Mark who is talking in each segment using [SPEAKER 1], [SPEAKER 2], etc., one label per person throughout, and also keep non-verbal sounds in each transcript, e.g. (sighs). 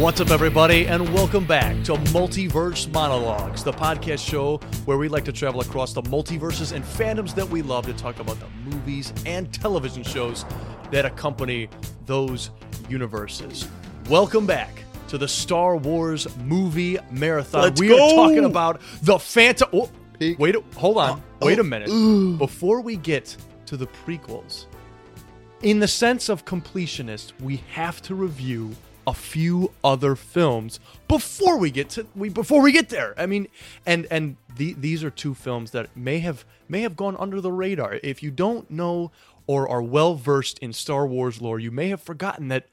[SPEAKER 1] What's up, everybody, and welcome back to Multiverse Monologues, the podcast show where we like to travel across the multiverses and fandoms that we love to talk about the movies and television shows that accompany those universes. Welcome back to the Star Wars movie marathon.
[SPEAKER 2] Let's
[SPEAKER 1] we are
[SPEAKER 2] go!
[SPEAKER 1] talking about the Phantom. oh,
[SPEAKER 2] Pete.
[SPEAKER 1] wait, a- hold on.
[SPEAKER 2] Oh,
[SPEAKER 1] wait a
[SPEAKER 2] oh,
[SPEAKER 1] minute.
[SPEAKER 2] ooh.
[SPEAKER 1] Before we get to the prequels, in the sense of completionist, we have to review a few other films before we get to we before we get there. I mean, and and the, these are two films that may have may have gone under the radar. If you don't know or are well versed in Star Wars lore, you may have forgotten that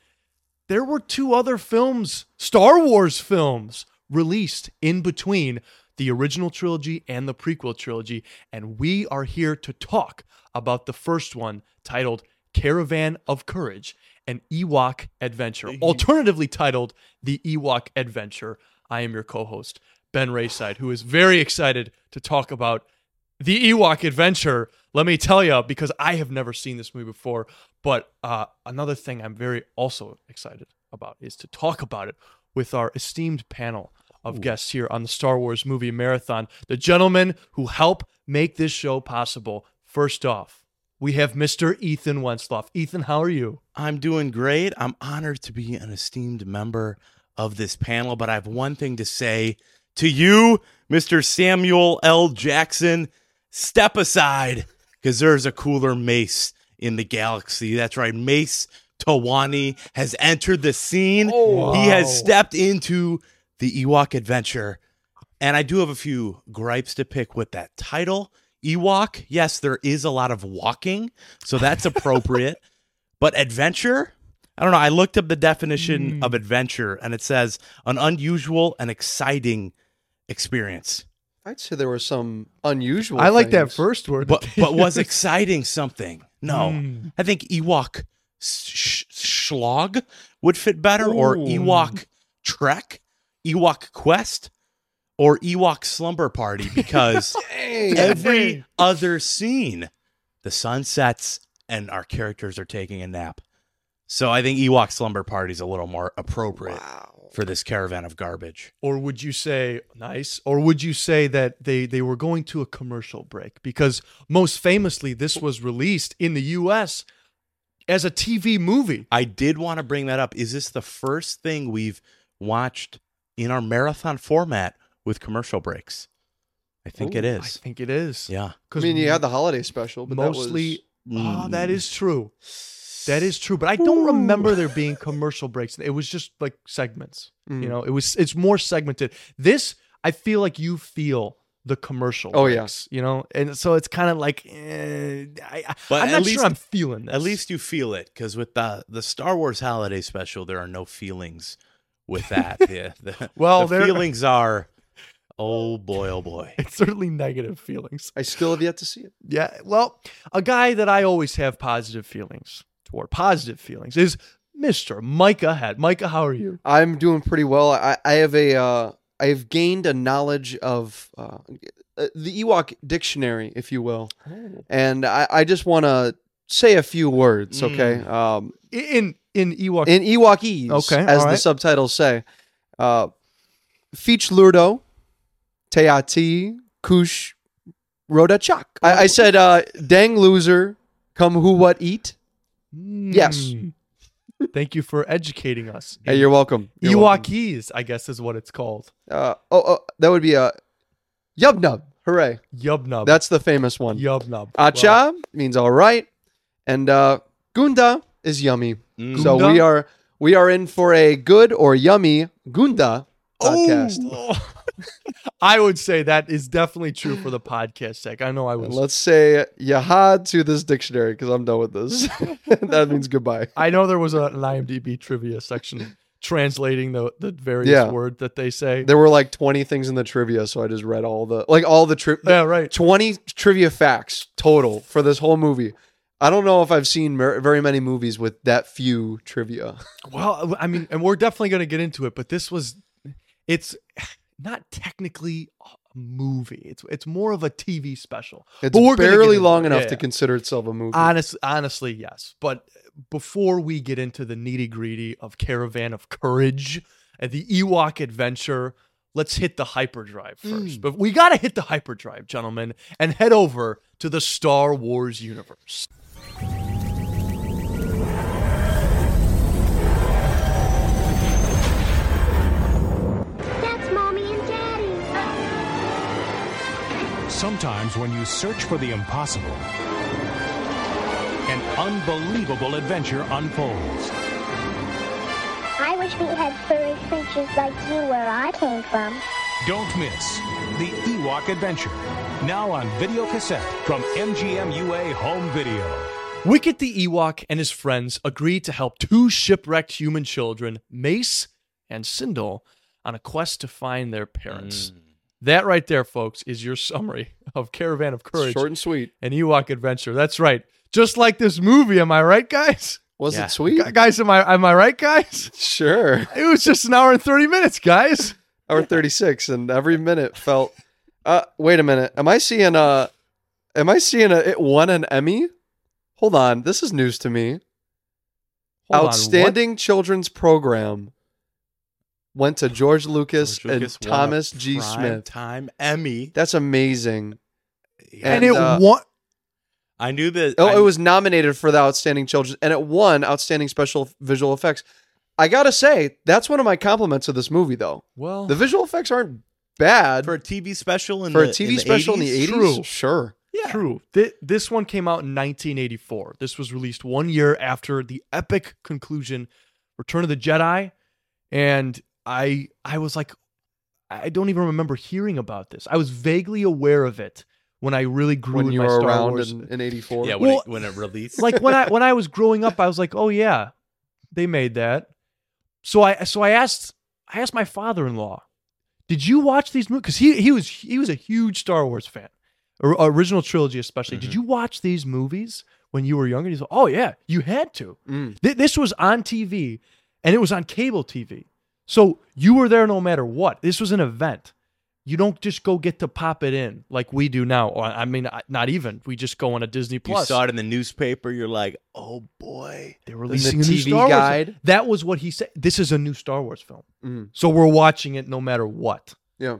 [SPEAKER 1] there were two other films, Star Wars films, released in between the original trilogy and the prequel trilogy. And we are here to talk about the first one titled Caravan of Courage, an Ewok Adventure, alternatively titled The Ewok Adventure. I am your co host, Ben Rayside, who is very excited to talk about the Ewok Adventure. Let me tell you, because I have never seen this movie before. But uh, another thing I'm very also excited about is to talk about it with our esteemed panel of guests here on the Star Wars Movie Marathon, the gentlemen who help make this show possible. First off, we have Mr. Ethan Wensloff. Ethan, how are you?
[SPEAKER 2] I'm doing great. I'm honored to be an esteemed member of this panel, but I have one thing to say to you, Mr. Samuel L. Jackson. Step aside because there's a cooler mace in the galaxy. That's right. Mace Tawani has entered the scene.
[SPEAKER 1] Oh,
[SPEAKER 2] He
[SPEAKER 1] wow.
[SPEAKER 2] has stepped into the Ewok adventure. And I do have a few gripes to pick with that title. Ewok, yes, there is a lot of walking, so that's appropriate. but adventure, I don't know. I looked up the definition of adventure and it says an unusual and exciting experience.
[SPEAKER 3] I'd say there were some unusual. things.
[SPEAKER 1] first word.
[SPEAKER 2] But
[SPEAKER 1] (laughs)
[SPEAKER 2] but was exciting something? No.
[SPEAKER 1] Hmm.
[SPEAKER 2] I think Ewok sh- sh- Schlog would fit better, or
[SPEAKER 1] Ooh.
[SPEAKER 2] Ewok Trek, Ewok Quest, or Ewok Slumber Party because
[SPEAKER 3] Dang.
[SPEAKER 2] every other scene, the sun sets and our characters are taking a nap. So I think Ewok Slumber Party is a little more appropriate
[SPEAKER 3] Wow.
[SPEAKER 2] for this caravan of garbage.
[SPEAKER 1] or would you say nice or would you say that they they were going to a commercial break because most famously this was released in the US as a TV movie
[SPEAKER 2] I did want to bring that up. Is this the first thing we've watched in our marathon format with commercial breaks? I think it
[SPEAKER 1] I
[SPEAKER 2] is.
[SPEAKER 1] think it is
[SPEAKER 2] yeah.
[SPEAKER 3] I
[SPEAKER 1] 'Cause
[SPEAKER 3] mean, you had the Mm. holiday special, but
[SPEAKER 1] mostly Ah,
[SPEAKER 2] Mm.
[SPEAKER 1] that is true that is true but I don't remember there being commercial breaks it was just like segments
[SPEAKER 3] Mm.
[SPEAKER 1] you know it was it's more segmented this I feel like you feel the commercial
[SPEAKER 3] Oh, yeah.
[SPEAKER 1] breaks, you know and so it's kind of like eh, I, I-
[SPEAKER 2] But
[SPEAKER 1] I'm
[SPEAKER 2] at
[SPEAKER 1] not
[SPEAKER 2] least-
[SPEAKER 1] sure I'm feeling this
[SPEAKER 2] At least you feel it because with the the Star Wars holiday special, there are no feelings with that. the, the,
[SPEAKER 1] Well,
[SPEAKER 2] the
[SPEAKER 1] Oh, there-
[SPEAKER 2] feelings are, oh boy, oh boy.
[SPEAKER 1] (laughs) it's certainly negative feelings
[SPEAKER 3] I still have yet to see it.
[SPEAKER 1] Yeah. Well, a guy that I always have positive feelings toward, positive feelings, is Mr. Micah Head. Micah, how are you?
[SPEAKER 3] I'm doing pretty well. I, I have a. Uh, I have gained a knowledge of uh, uh, the Ewok dictionary, if you will,
[SPEAKER 1] Oh.
[SPEAKER 3] and I, I just want to say a few words. Okay.
[SPEAKER 1] Mm.
[SPEAKER 3] Um,
[SPEAKER 1] In in Ewok.
[SPEAKER 3] in Ewokese,
[SPEAKER 1] Okay,
[SPEAKER 3] as
[SPEAKER 1] all
[SPEAKER 3] the
[SPEAKER 1] right.
[SPEAKER 3] subtitles say. Uh, Feach Lurdo, Teati, Kush, Roda Chak. I, I said, uh, dang loser, come who what eat.
[SPEAKER 1] Mm.
[SPEAKER 3] yes.
[SPEAKER 1] Thank you for educating (laughs) us.
[SPEAKER 3] Hey, you're welcome. You're welcome.
[SPEAKER 1] Ewokese, I guess, is what it's called.
[SPEAKER 3] Uh, oh, oh, that would be a Yubnub. Hooray.
[SPEAKER 1] Yubnub.
[SPEAKER 3] That's the famous one.
[SPEAKER 1] Yubnub. (laughs)
[SPEAKER 3] Acha
[SPEAKER 1] Well,
[SPEAKER 3] means all right. And uh, Gunda is yummy.
[SPEAKER 2] Mm.
[SPEAKER 3] So
[SPEAKER 1] Gunda?
[SPEAKER 3] we are we are in for a good or yummy Gunda podcast.
[SPEAKER 1] oh. (laughs) I would say that is definitely true for the podcast sec. I know I was.
[SPEAKER 3] Let's say yahad to this dictionary because I'm done
[SPEAKER 1] (laughs)
[SPEAKER 3] with this. (laughs) that means goodbye.
[SPEAKER 1] I know there was a, an IMDb trivia section translating the the various
[SPEAKER 3] Yeah.
[SPEAKER 1] word that they say.
[SPEAKER 3] There were like 20 things in the trivia, so I just read all the like all the tri-
[SPEAKER 1] yeah, right.
[SPEAKER 3] 20 trivia facts total for this whole movie. I don't know if I've seen mer- very many movies with that few
[SPEAKER 1] (laughs)
[SPEAKER 3] trivia.
[SPEAKER 1] Well, I mean, and we're definitely going to get into it, but this was it's not technically a movie. It's it's more of a TV special.
[SPEAKER 3] It's
[SPEAKER 1] But we're gonna get
[SPEAKER 3] barely
[SPEAKER 1] into
[SPEAKER 3] long
[SPEAKER 1] it.
[SPEAKER 3] enough
[SPEAKER 1] Yeah,
[SPEAKER 3] to
[SPEAKER 1] yeah.
[SPEAKER 3] consider itself a movie.
[SPEAKER 1] Honest, honestly, yes. But before we get into the nitty gritty of Caravan of Courage, and the Ewok adventure. Let's hit the hyperdrive first.
[SPEAKER 3] Mm.
[SPEAKER 1] But we got to hit the hyperdrive, gentlemen, and head over to the Star Wars universe.
[SPEAKER 4] That's mommy and daddy.
[SPEAKER 5] Sometimes when you search for the impossible, an unbelievable adventure unfolds.
[SPEAKER 4] I wish we had furry creatures like you where I came from.
[SPEAKER 5] Don't miss The Ewok Adventure, now on video cassette from MGM UA Home Video.
[SPEAKER 1] Wicket the Ewok and his friends agree to help two shipwrecked human children, Mace and Sindel, on a quest to find their
[SPEAKER 3] Mm.
[SPEAKER 1] parents. That right there, folks, is your summary of Caravan of Courage
[SPEAKER 3] Short and sweet.
[SPEAKER 1] and Ewok Adventure. That's right. Just like this movie, am I right, guys?
[SPEAKER 3] Was
[SPEAKER 2] Yeah.
[SPEAKER 3] it sweet?
[SPEAKER 1] Gu- Guys, am I am I right, guys?
[SPEAKER 3] Sure.
[SPEAKER 1] It was just an hour and thirty minutes, guys.
[SPEAKER 3] Hour 36 and every minute felt uh wait a minute. Am I seeing uh am I seeing a it won an Emmy? Hold on, this is news to me.
[SPEAKER 1] Hold on, what-
[SPEAKER 3] (laughs) Outstanding children's program went to George Lucas,
[SPEAKER 2] George Lucas
[SPEAKER 3] and
[SPEAKER 2] won a
[SPEAKER 3] Thomas G.
[SPEAKER 2] prime
[SPEAKER 3] Smith.
[SPEAKER 2] Time Emmy.
[SPEAKER 3] That's amazing.
[SPEAKER 1] and,
[SPEAKER 3] And,
[SPEAKER 1] it
[SPEAKER 3] uh,
[SPEAKER 1] won.
[SPEAKER 2] I knew that.
[SPEAKER 3] Oh,
[SPEAKER 2] I-
[SPEAKER 3] it was nominated for the Outstanding Children's and it won Outstanding Special Visual Effects. I gotta say, that's one of my compliments of this movie, though.
[SPEAKER 1] Well,
[SPEAKER 3] The visual effects aren't bad
[SPEAKER 2] for
[SPEAKER 3] for,
[SPEAKER 2] a TV special in
[SPEAKER 3] a
[SPEAKER 2] the- in
[SPEAKER 3] TV
[SPEAKER 2] the
[SPEAKER 3] special
[SPEAKER 2] 80s?
[SPEAKER 3] in the 80s.
[SPEAKER 1] True.
[SPEAKER 3] Sure.
[SPEAKER 2] Yeah.
[SPEAKER 1] True. Th- this one came out in 1984. This was released one year after the epic conclusion, Return of the Jedi, and I I was like, I don't even remember hearing about this. I was vaguely aware of it when I really grew
[SPEAKER 3] when
[SPEAKER 1] in
[SPEAKER 3] you
[SPEAKER 1] my
[SPEAKER 3] were
[SPEAKER 1] Star
[SPEAKER 3] around
[SPEAKER 1] Wars.
[SPEAKER 3] in, in 84.
[SPEAKER 2] Yeah, when,
[SPEAKER 1] Well-
[SPEAKER 2] it, when it released.
[SPEAKER 1] like when I when I was growing up, I was like, oh yeah, they made that. So I so I asked I asked my father in law, did you watch these movies? Because he he was he was a huge Star Wars fan, or, original trilogy especially. Did
[SPEAKER 2] Mm-hmm.
[SPEAKER 1] you watch these movies when you were younger? He's like, oh yeah, you had to.
[SPEAKER 3] Mm.
[SPEAKER 1] Th- this was on TV, and it was on cable TV. So you were there no matter what. This was an event. You don't just go get to pop it in like we do now. Or I mean, I- not even. We just go on a Disney
[SPEAKER 2] you
[SPEAKER 1] Plus.
[SPEAKER 2] saw it in the newspaper, you're like, oh boy.
[SPEAKER 1] They're
[SPEAKER 3] the
[SPEAKER 1] releasing a new
[SPEAKER 3] TV
[SPEAKER 1] Star
[SPEAKER 3] guide.
[SPEAKER 1] Wars. That was what he said. This is a new Star Wars film,
[SPEAKER 3] Mm.
[SPEAKER 1] so we're watching it no matter what.
[SPEAKER 3] Yeah.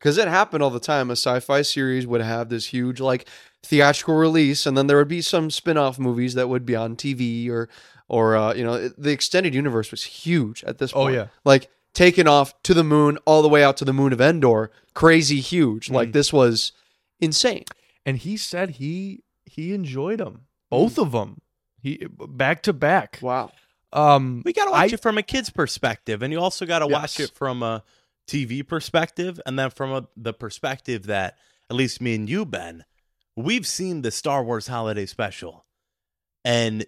[SPEAKER 3] Because it happened all the time. A sci fi series would have this huge, like, theatrical release, and then there would be some spin off movies that would be on TV or, or uh, you know, it- the extended universe was huge at this
[SPEAKER 1] Oh,
[SPEAKER 3] point.
[SPEAKER 1] yeah.
[SPEAKER 3] Like, taken off to the moon, all the way out to the moon of Endor. Crazy huge. Like, this was insane.
[SPEAKER 1] And he said he he enjoyed them, both of them, he back to back.
[SPEAKER 3] Wow.
[SPEAKER 1] Um,
[SPEAKER 2] We got to watch
[SPEAKER 1] I-
[SPEAKER 2] it from a kid's perspective, and you also got to watch
[SPEAKER 1] Yes.
[SPEAKER 2] it from a TV perspective, and then from a, the perspective that at least me and you, Ben, we've seen the Star Wars Holiday Special, and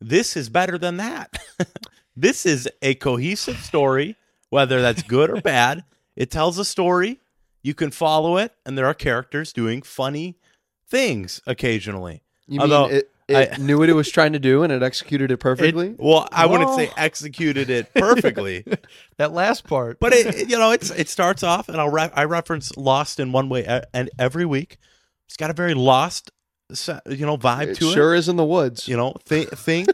[SPEAKER 2] this is better than that. (laughs) this is a cohesive story, whether that's good or bad. It tells a story. You can follow it, and there are characters doing funny things occasionally.
[SPEAKER 3] You
[SPEAKER 2] Although,
[SPEAKER 3] mean it, it
[SPEAKER 2] I-
[SPEAKER 3] knew what it was trying to do and it executed it perfectly?
[SPEAKER 2] Well, I wouldn't say
[SPEAKER 1] Well- (laughs)
[SPEAKER 2] executed it perfectly.
[SPEAKER 1] that last part,
[SPEAKER 2] But it, it- you know, it's it starts off, and I'll re- I reference Lost in one way, e- and every week, it's got a very Lost, se- you know, vibe
[SPEAKER 3] it
[SPEAKER 2] to
[SPEAKER 3] sure
[SPEAKER 2] it.
[SPEAKER 3] is in the woods.
[SPEAKER 2] You know, thi-
[SPEAKER 3] (laughs)
[SPEAKER 2] thing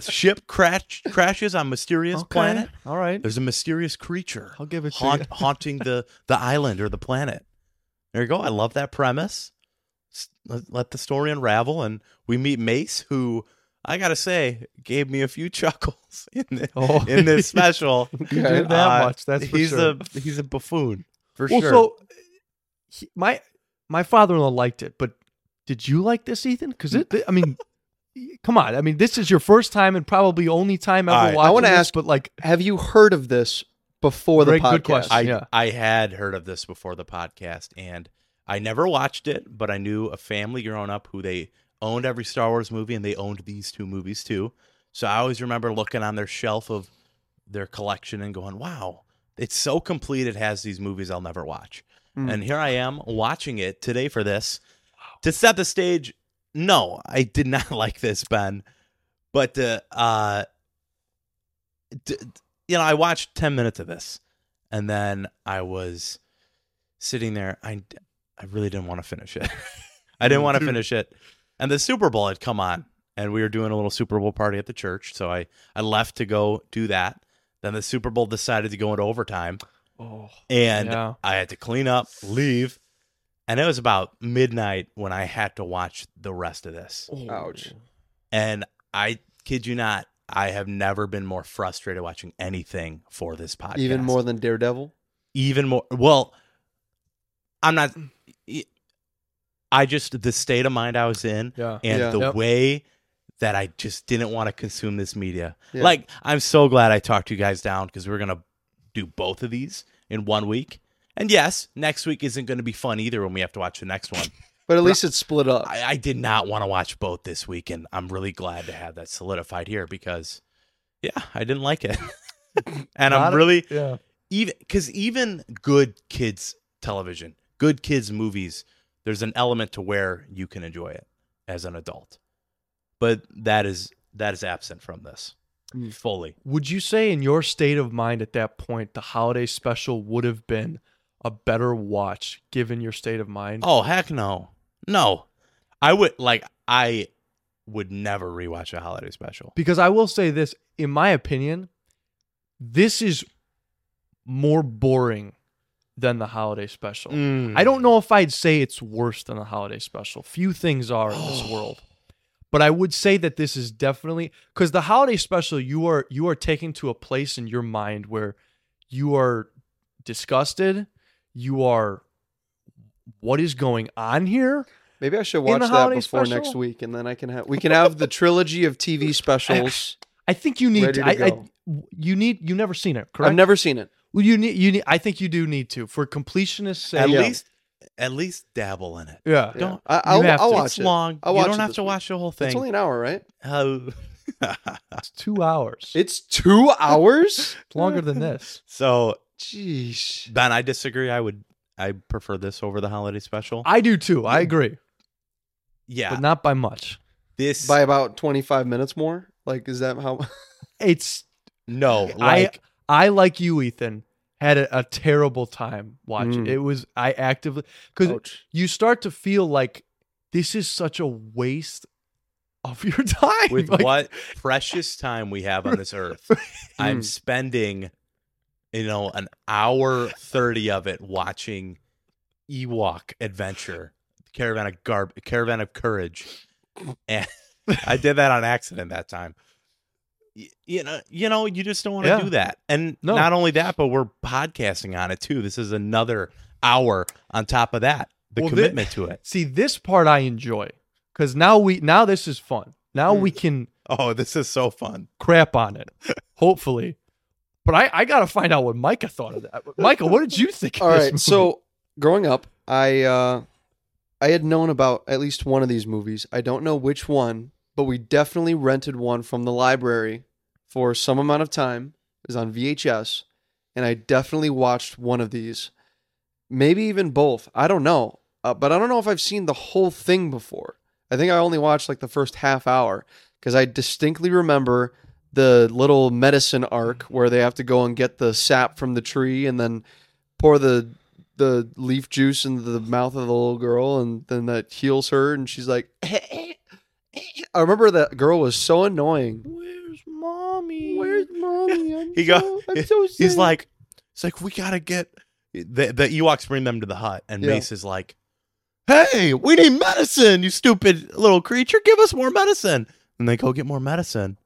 [SPEAKER 2] ship crash crashes on mysterious
[SPEAKER 1] Okay,
[SPEAKER 2] planet.
[SPEAKER 1] All right,
[SPEAKER 2] There's a mysterious creature
[SPEAKER 1] I'll give it to
[SPEAKER 2] haunt,
[SPEAKER 1] you. (laughs)
[SPEAKER 2] haunting the the island or the planet. There you go. I love that premise. S- Let, let the story unravel, and we meet Mace, who I gotta say gave me a few (laughs) chuckles in, the,
[SPEAKER 1] Oh.
[SPEAKER 2] (laughs) in this special.
[SPEAKER 1] (laughs) You (laughs) did that much. That's for
[SPEAKER 2] he's
[SPEAKER 1] sure.
[SPEAKER 2] a he's a buffoon for
[SPEAKER 1] well,
[SPEAKER 2] sure.
[SPEAKER 1] so he, my my father-in-law liked it, but did you like this, Ethan?
[SPEAKER 2] Mm.
[SPEAKER 1] Because it, I mean, come on. I mean, this is your first time and probably only time
[SPEAKER 2] All
[SPEAKER 1] ever
[SPEAKER 2] right, I
[SPEAKER 1] watching.
[SPEAKER 3] wanna
[SPEAKER 1] this,
[SPEAKER 3] ask-
[SPEAKER 1] but like,
[SPEAKER 3] Have you heard of this before the
[SPEAKER 1] Great-
[SPEAKER 3] podcast?
[SPEAKER 1] good question.
[SPEAKER 2] I
[SPEAKER 1] yeah.
[SPEAKER 2] (laughs) I had heard of this before the podcast, and I never watched it, but I knew a family growing up who they owned every Star Wars movie, and they owned these two movies too. So I always remember looking on their shelf of their collection and going, "Wow, it's so complete. It has these movies I'll never watch."
[SPEAKER 3] Mm.
[SPEAKER 2] And here I am watching it today for this. To set the stage, no, I did (laughs) not like this, Ben. But uh, uh d- d- you know, I watched 10 minutes of this and then I was sitting there. I I really didn't want to finish it. (laughs) I didn't want to finish it. And the Super Bowl had come on, and we were doing a little Super Bowl party at the church. So I I left to go do that. Then the Super Bowl decided to go into overtime,
[SPEAKER 1] Oh.
[SPEAKER 2] and
[SPEAKER 1] Yeah.
[SPEAKER 2] I had to clean up, leave, and it was about midnight when I had to watch the rest of this.
[SPEAKER 1] Oh,
[SPEAKER 3] Ouch.
[SPEAKER 2] And I kid you not, I have never been more frustrated watching anything for this podcast.
[SPEAKER 3] Even more than Daredevil.
[SPEAKER 2] even more. Well, I'm not. I just the state of mind I was in,
[SPEAKER 1] Yeah.
[SPEAKER 2] and
[SPEAKER 3] Yeah.
[SPEAKER 2] the
[SPEAKER 1] Yep.
[SPEAKER 2] way that I just didn't want to consume this media.
[SPEAKER 3] Yeah.
[SPEAKER 2] Like, I'm so glad I talked you guys down because we're gonna do both of these in one week. And yes, next week isn't going to be fun either when we have to watch the next one.
[SPEAKER 3] But at least it's split up.
[SPEAKER 2] I, I did not want to watch both this week, and I'm really glad to have that solidified here because, yeah, I didn't like it, (laughs)
[SPEAKER 1] Not
[SPEAKER 2] and I'm
[SPEAKER 1] a-
[SPEAKER 2] really
[SPEAKER 1] Yeah.
[SPEAKER 2] even because even good kids television, good kids movies, there's an element to where you can enjoy it as an adult, but that is that is absent from this
[SPEAKER 3] Mm.
[SPEAKER 2] fully.
[SPEAKER 1] Would you say, in your state of mind at that point, the holiday special would have been a better watch given your state of mind?
[SPEAKER 2] Oh heck no, no, I would like I would never rewatch a holiday special.
[SPEAKER 1] Because I will say this, in my opinion, this is more boring than the holiday special.
[SPEAKER 2] Mm.
[SPEAKER 1] I don't know if I'd say it's worse than the holiday special. Few things are in
[SPEAKER 3] (sighs)
[SPEAKER 1] this world. But I would say that this is definitely cuz the holiday special you are you are taken to a place in your mind where you are disgusted, you are what is going on here?
[SPEAKER 3] Maybe I should
[SPEAKER 1] the
[SPEAKER 3] watch that
[SPEAKER 1] holiday
[SPEAKER 3] before
[SPEAKER 1] special?
[SPEAKER 3] next week, and then I can have we can have the trilogy
[SPEAKER 1] (laughs)
[SPEAKER 3] of TV specials.
[SPEAKER 1] I think you need
[SPEAKER 3] Ready to
[SPEAKER 1] I, I-
[SPEAKER 3] go.
[SPEAKER 1] you need you never seen it, correct?
[SPEAKER 3] I've never seen it.
[SPEAKER 1] Well, you need you need. I think you do need to for completionist sake.
[SPEAKER 2] At
[SPEAKER 3] Yeah.
[SPEAKER 2] least at least dabble in it.
[SPEAKER 1] yeah.
[SPEAKER 3] Yeah.
[SPEAKER 2] Don't-
[SPEAKER 3] I,
[SPEAKER 1] you
[SPEAKER 3] I'll,
[SPEAKER 1] have
[SPEAKER 3] I'll
[SPEAKER 1] to.
[SPEAKER 3] watch
[SPEAKER 2] it's
[SPEAKER 3] it.
[SPEAKER 2] long.
[SPEAKER 3] I'll
[SPEAKER 2] you
[SPEAKER 3] watch
[SPEAKER 2] don't
[SPEAKER 3] it
[SPEAKER 2] have
[SPEAKER 3] this
[SPEAKER 2] to
[SPEAKER 3] week.
[SPEAKER 2] watch the whole
[SPEAKER 3] It's
[SPEAKER 2] (laughs)
[SPEAKER 3] only
[SPEAKER 2] thing.
[SPEAKER 3] an hour, right?
[SPEAKER 2] Oh.
[SPEAKER 1] It's two hours.
[SPEAKER 3] It's two (laughs) hours.
[SPEAKER 1] It's longer
[SPEAKER 2] (laughs)
[SPEAKER 1] than this.
[SPEAKER 2] so
[SPEAKER 3] Jeez.
[SPEAKER 2] Ben, I disagree. I would I prefer this over the holiday special.
[SPEAKER 1] I do too. I agree,
[SPEAKER 2] yeah,
[SPEAKER 1] but not by much.
[SPEAKER 2] this
[SPEAKER 3] By about twenty five minutes more. Like, is that how?
[SPEAKER 1] It's
[SPEAKER 2] no like
[SPEAKER 1] I like you, Ethan. Had a, a terrible time watching.
[SPEAKER 3] Mm.
[SPEAKER 1] It was I actively because
[SPEAKER 2] Oh.
[SPEAKER 3] Ouch.
[SPEAKER 1] you start to feel like this is such a waste of (laughs) your time.
[SPEAKER 2] with
[SPEAKER 1] Like,
[SPEAKER 2] what precious time we have on this earth. I'm
[SPEAKER 3] Mm.
[SPEAKER 2] spending, you know, an hour thirty of it watching Ewok Adventure, Caravan of Garb, Caravan of Courage, and I did that on accident that time. Y- You know, you know, you just don't want to
[SPEAKER 1] Yeah.
[SPEAKER 2] do that. And
[SPEAKER 1] No.
[SPEAKER 2] not only that, but we're podcasting on it too. This is another hour on top of that. The
[SPEAKER 1] Well, thi-
[SPEAKER 2] commitment
[SPEAKER 1] (laughs)
[SPEAKER 2] to it.
[SPEAKER 1] See this part I enjoy because now we now this is fun. Now we can
[SPEAKER 2] Oh, this is so fun.
[SPEAKER 1] crap on it, hopefully. But I, I gotta find out what Micah thought of that. Micah, what did you (laughs) think?
[SPEAKER 3] All
[SPEAKER 1] of this
[SPEAKER 3] right.
[SPEAKER 1] movie?
[SPEAKER 3] So growing up, I uh, I had known about at least one of these movies. I don't know which one, but we definitely rented one from the library for some amount of time. It was on VHS, and I definitely watched one of these, maybe even both. I don't know, uh, but I don't know if I've seen the whole thing before. I think I only watched like the first half hour because I distinctly remember the little medicine arc where they have to go and get the sap from the tree and then pour the the leaf juice into the mouth of the little girl and then that heals her and she's like (laughs) I remember that girl was so annoying.
[SPEAKER 1] where's mommy?
[SPEAKER 3] Where's
[SPEAKER 2] (laughs)
[SPEAKER 3] mommy? I'm
[SPEAKER 2] He
[SPEAKER 3] so,
[SPEAKER 2] go-
[SPEAKER 3] I'm so sick.
[SPEAKER 2] He's like, it's like we gotta get the the Ewoks bring them to the hut, and
[SPEAKER 3] Yeah.
[SPEAKER 2] Mace is like, "Hey, we need medicine, you stupid little creature! Give us more medicine!" And they go get more medicine.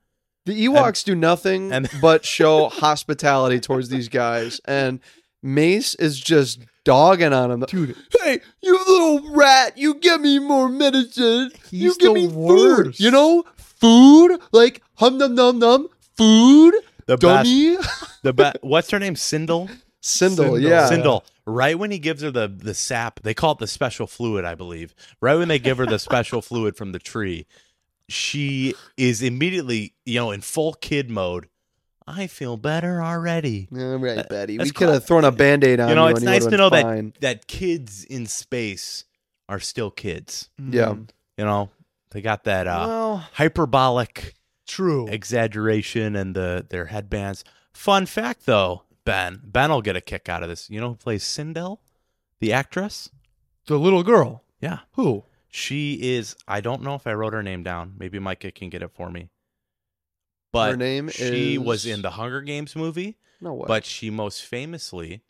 [SPEAKER 3] the Ewoks do nothing
[SPEAKER 2] and- (laughs)
[SPEAKER 3] but show hospitality towards these guys, and Mace is just dogging on him.
[SPEAKER 1] dude,
[SPEAKER 3] Hey, you little rat! You give me more medicine. you
[SPEAKER 1] He's
[SPEAKER 3] give
[SPEAKER 1] the
[SPEAKER 3] me
[SPEAKER 1] worst.
[SPEAKER 3] food. You know, food like hum num num num food.
[SPEAKER 2] The best,
[SPEAKER 3] Dummy,
[SPEAKER 2] the best. What's her name? Sindel.
[SPEAKER 3] Sindel, (laughs) yeah.
[SPEAKER 2] Sindel. Right when he gives her the the sap, they call it the special fluid, I believe. Right when they give her the special (laughs) fluid from the tree, she is immediately, you know, in full kid mode. I feel better already.
[SPEAKER 3] Yeah, right, Betty.
[SPEAKER 2] that's
[SPEAKER 3] we could have
[SPEAKER 2] cla-
[SPEAKER 3] thrown a band aid on
[SPEAKER 2] you know,
[SPEAKER 3] you
[SPEAKER 2] it's
[SPEAKER 3] and
[SPEAKER 2] nice
[SPEAKER 3] you
[SPEAKER 2] to know
[SPEAKER 3] would've been fine.
[SPEAKER 2] that that kids in space are still kids.
[SPEAKER 3] Yeah.
[SPEAKER 2] You know, they got that uh,
[SPEAKER 1] well,
[SPEAKER 2] hyperbolic
[SPEAKER 1] true.
[SPEAKER 2] exaggeration and the their headbands. Fun fact, though, Ben Ben will get a kick out of this. You know who plays Sindel, the actress?
[SPEAKER 1] the little girl.
[SPEAKER 2] Yeah,
[SPEAKER 1] Who?
[SPEAKER 2] she is. I don't know if I wrote her name down. Maybe Micah can get it for me. But
[SPEAKER 3] Her name
[SPEAKER 2] she was
[SPEAKER 3] is-
[SPEAKER 2] in the Hunger Games movie,
[SPEAKER 3] No way.
[SPEAKER 2] but she most famously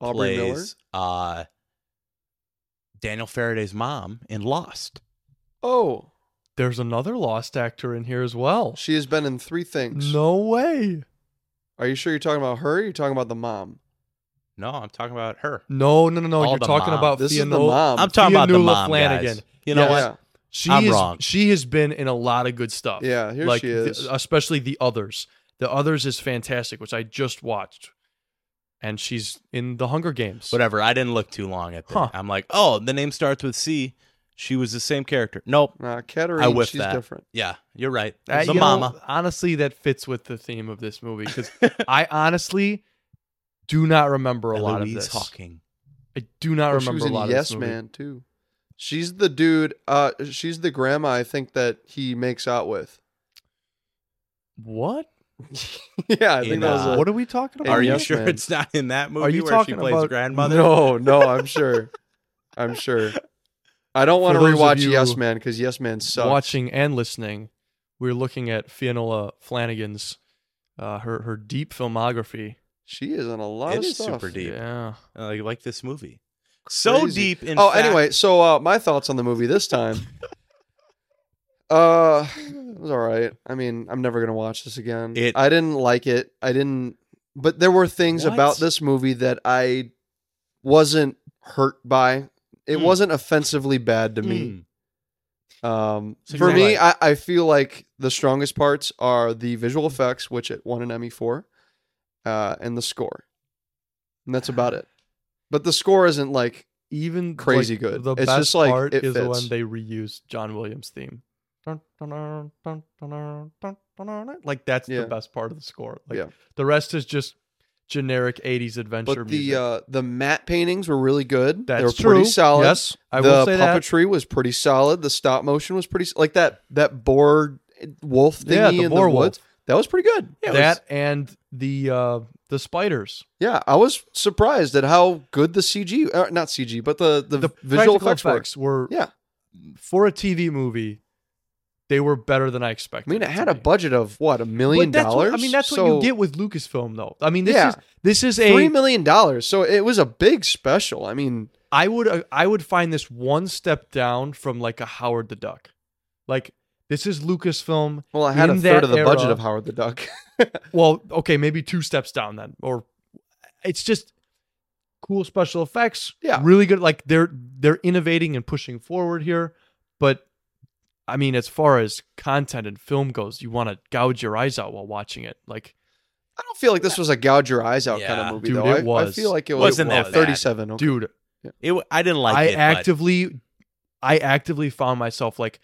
[SPEAKER 3] Aubrey Miller.
[SPEAKER 2] plays uh, Daniel Faraday's mom in Lost.
[SPEAKER 3] Oh,
[SPEAKER 1] There's another lost actor in here as well.
[SPEAKER 3] she has been in three things.
[SPEAKER 1] No way.
[SPEAKER 3] Are you sure you're talking about her? Or you're talking about the mom.
[SPEAKER 2] No, I'm talking about her.
[SPEAKER 1] No, no, no, no.
[SPEAKER 2] All
[SPEAKER 1] You're
[SPEAKER 2] the
[SPEAKER 1] talking
[SPEAKER 2] mom.
[SPEAKER 1] about
[SPEAKER 3] This
[SPEAKER 1] Thea
[SPEAKER 3] is the
[SPEAKER 1] Noel-
[SPEAKER 3] mom.
[SPEAKER 2] I'm talking about the
[SPEAKER 1] Fionnuala
[SPEAKER 2] mom,
[SPEAKER 1] Flanagan.
[SPEAKER 2] guys. You know
[SPEAKER 1] Yeah.
[SPEAKER 2] what?
[SPEAKER 3] Yeah.
[SPEAKER 1] She
[SPEAKER 2] I'm
[SPEAKER 1] is,
[SPEAKER 2] wrong.
[SPEAKER 1] She has been in a lot of good stuff.
[SPEAKER 3] Yeah, here she
[SPEAKER 1] the-
[SPEAKER 3] is.
[SPEAKER 1] especially the others. The others is fantastic, which I just watched, and she's in the Hunger Games.
[SPEAKER 2] Whatever. I didn't look too long at that.
[SPEAKER 1] Huh.
[SPEAKER 2] I'm like, oh, the name starts with C. She was the same character. Nope.
[SPEAKER 3] Nah, Katarine,
[SPEAKER 2] I whiffed
[SPEAKER 3] she's
[SPEAKER 2] that.
[SPEAKER 3] different.
[SPEAKER 2] Yeah, you're right.
[SPEAKER 1] Uh,
[SPEAKER 2] the
[SPEAKER 1] you know,
[SPEAKER 2] mama.
[SPEAKER 1] honestly, that fits with the theme of this movie because I honestly do not remember a lot of
[SPEAKER 2] Eloise
[SPEAKER 1] this.
[SPEAKER 2] Hawking.
[SPEAKER 1] I do not
[SPEAKER 3] Oh, she
[SPEAKER 1] remember
[SPEAKER 3] was
[SPEAKER 1] a
[SPEAKER 3] in
[SPEAKER 1] lot
[SPEAKER 3] Yes
[SPEAKER 1] of this movie.
[SPEAKER 3] Man too. She's the dude. Uh, she's the grandma. I think that he makes out with. (laughs)
[SPEAKER 1] What?
[SPEAKER 3] yeah, I think
[SPEAKER 2] In,
[SPEAKER 3] that was.
[SPEAKER 2] uh,
[SPEAKER 3] a-
[SPEAKER 1] what are we talking
[SPEAKER 3] And
[SPEAKER 1] about?
[SPEAKER 2] Are you
[SPEAKER 3] Yes
[SPEAKER 2] sure
[SPEAKER 3] Man.
[SPEAKER 2] it's not in that movie
[SPEAKER 1] you
[SPEAKER 2] where she
[SPEAKER 1] talking
[SPEAKER 2] plays
[SPEAKER 1] about-
[SPEAKER 2] grandmother?
[SPEAKER 3] No, no, I'm sure. I'm sure. I don't want to
[SPEAKER 1] those of
[SPEAKER 3] rewatch
[SPEAKER 1] you
[SPEAKER 3] Yes Man because Yes Man sucks.
[SPEAKER 1] Watching and listening, we're looking at Fiona Flanagan's uh, her her deep filmography.
[SPEAKER 3] She is in a lot
[SPEAKER 2] It
[SPEAKER 3] of
[SPEAKER 2] is
[SPEAKER 3] stuff.
[SPEAKER 2] super deep.
[SPEAKER 1] Yeah.
[SPEAKER 2] I Uh, like this movie. So
[SPEAKER 3] Crazy.
[SPEAKER 2] deep in
[SPEAKER 3] oh,
[SPEAKER 2] fact-
[SPEAKER 3] anyway, so uh, my thoughts on the movie this
[SPEAKER 2] (laughs)
[SPEAKER 3] time. uh, it was all right. I mean, I'm never gonna watch this again.
[SPEAKER 2] It-
[SPEAKER 3] I didn't like it. I didn't. But there were things
[SPEAKER 2] What?
[SPEAKER 3] about this movie that I wasn't hurt by. It
[SPEAKER 2] Mm.
[SPEAKER 3] wasn't offensively bad to me.
[SPEAKER 2] Mm.
[SPEAKER 3] Um,
[SPEAKER 2] So
[SPEAKER 3] for
[SPEAKER 2] you're
[SPEAKER 3] me,
[SPEAKER 2] like-
[SPEAKER 3] I, I feel like the strongest parts are the visual effects, which it won an Emmy for, uh, and the score, and that's about it. But the score isn't like
[SPEAKER 1] Even
[SPEAKER 3] Crazy
[SPEAKER 1] like,
[SPEAKER 3] good.
[SPEAKER 1] The
[SPEAKER 3] It's
[SPEAKER 1] best
[SPEAKER 3] just like,
[SPEAKER 1] part
[SPEAKER 3] it
[SPEAKER 1] is
[SPEAKER 3] fits.
[SPEAKER 1] when they reuse John Williams' theme. Dun, dun, dun, dun, dun, dun, dun, dun, dun. Like that's
[SPEAKER 3] Yeah.
[SPEAKER 1] the best part of the score. Like
[SPEAKER 3] Yeah.
[SPEAKER 1] the rest is just generic '80s adventure
[SPEAKER 3] but
[SPEAKER 1] music.
[SPEAKER 3] the uh, the matte paintings were really good.
[SPEAKER 1] that's
[SPEAKER 3] they were
[SPEAKER 1] true.
[SPEAKER 3] pretty solid.
[SPEAKER 1] Yes, I
[SPEAKER 3] the
[SPEAKER 1] will say that.
[SPEAKER 3] puppetry was pretty solid. The stop motion was pretty s- like that that boar eh, wolf thingy
[SPEAKER 1] Yeah, the
[SPEAKER 3] in
[SPEAKER 1] boar
[SPEAKER 3] the woods. That was pretty good. Yeah, it was-
[SPEAKER 1] that and the uh the spiders
[SPEAKER 3] yeah, I was surprised at how good the CG, uh, not CG, but the the,
[SPEAKER 1] the
[SPEAKER 3] visual
[SPEAKER 1] practical
[SPEAKER 3] effects, were.
[SPEAKER 1] were
[SPEAKER 3] Yeah.
[SPEAKER 1] for a tv movie they were better than i expected
[SPEAKER 3] I mean, it
[SPEAKER 1] to
[SPEAKER 3] had a
[SPEAKER 1] be.
[SPEAKER 3] budget of what a
[SPEAKER 1] But
[SPEAKER 3] million
[SPEAKER 1] that's what-
[SPEAKER 3] dollars.
[SPEAKER 1] i mean that's what
[SPEAKER 3] So,
[SPEAKER 1] you get with lucasfilm though i mean this
[SPEAKER 3] Yeah.
[SPEAKER 1] is this is a. I
[SPEAKER 3] Three million dollars. So it was a big special. I mean,
[SPEAKER 1] would uh, i would find this one step down from like a howard the duck like this is lucasfilm
[SPEAKER 3] well, I had
[SPEAKER 1] In
[SPEAKER 3] a third
[SPEAKER 1] that
[SPEAKER 3] of the budget
[SPEAKER 1] era-
[SPEAKER 3] of Howard the Duck. (laughs)
[SPEAKER 1] well okay maybe two steps down then or it's just cool special effects
[SPEAKER 3] Yeah.
[SPEAKER 1] really good like they're they're innovating and pushing forward here but i mean as far as content and film goes you want to gouge your eyes out while watching it like
[SPEAKER 3] I don't feel like this was a gouge your eyes out kind
[SPEAKER 2] Yeah.
[SPEAKER 3] of movie,
[SPEAKER 1] Dude,
[SPEAKER 3] though.
[SPEAKER 1] it
[SPEAKER 3] I, I
[SPEAKER 1] was.
[SPEAKER 3] feel like it was
[SPEAKER 2] Wasn't that bad.
[SPEAKER 3] thirty-seven. Okay.
[SPEAKER 1] dude
[SPEAKER 2] It w- I didn't like
[SPEAKER 1] i
[SPEAKER 2] it. but
[SPEAKER 1] actively i actively found myself like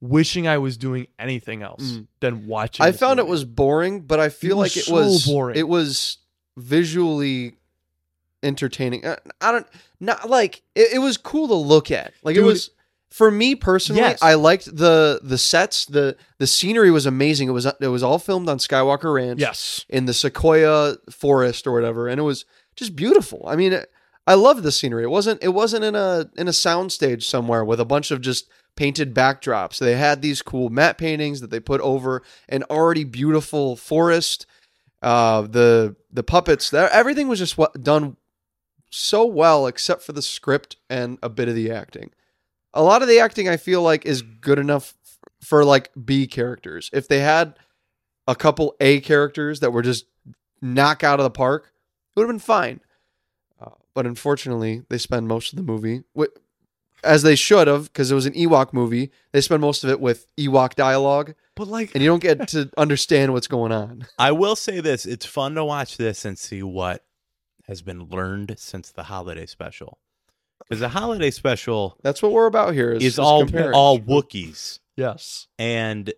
[SPEAKER 1] wishing i was doing anything else
[SPEAKER 3] Mm.
[SPEAKER 1] than watching
[SPEAKER 3] I
[SPEAKER 1] this
[SPEAKER 3] found it
[SPEAKER 1] movie.
[SPEAKER 3] was boring, but I feel
[SPEAKER 1] was
[SPEAKER 3] like it
[SPEAKER 1] so
[SPEAKER 3] was
[SPEAKER 1] boring.
[SPEAKER 3] It was visually entertaining. I, I don't not like it, it was cool to look at. Like
[SPEAKER 1] Dude.
[SPEAKER 3] it was for me personally.
[SPEAKER 1] Yes.
[SPEAKER 3] I liked the the sets. the The scenery was amazing. It was it was all filmed on Skywalker Ranch.
[SPEAKER 1] yes
[SPEAKER 3] in the sequoia forest or whatever, and it was just beautiful. I mean, it- I love the scenery. It wasn't it wasn't in a in a soundstage somewhere with a bunch of just painted backdrops. They had these cool matte paintings that they put over an already beautiful forest. Uh, the the puppets, there, everything was just what, done so well, except for the script and a bit of the acting. A lot of the acting I feel like is good enough f- for like B characters. If they had a couple A characters that were just knock out of the park, it would have been fine. Uh, but unfortunately, they spend most of the movie wi- as they should have because it was an Ewok movie. They spend most of it with Ewok dialogue,
[SPEAKER 1] but like
[SPEAKER 3] and you don't
[SPEAKER 1] (laughs)
[SPEAKER 3] get to understand what's going on.
[SPEAKER 2] I will say this: it's fun to watch this and see what has been learned since the holiday special, because the holiday special
[SPEAKER 3] That's what we're about here. Is,
[SPEAKER 2] is
[SPEAKER 3] is
[SPEAKER 2] all
[SPEAKER 3] comparing.
[SPEAKER 2] all Wookiees.
[SPEAKER 1] yes
[SPEAKER 2] and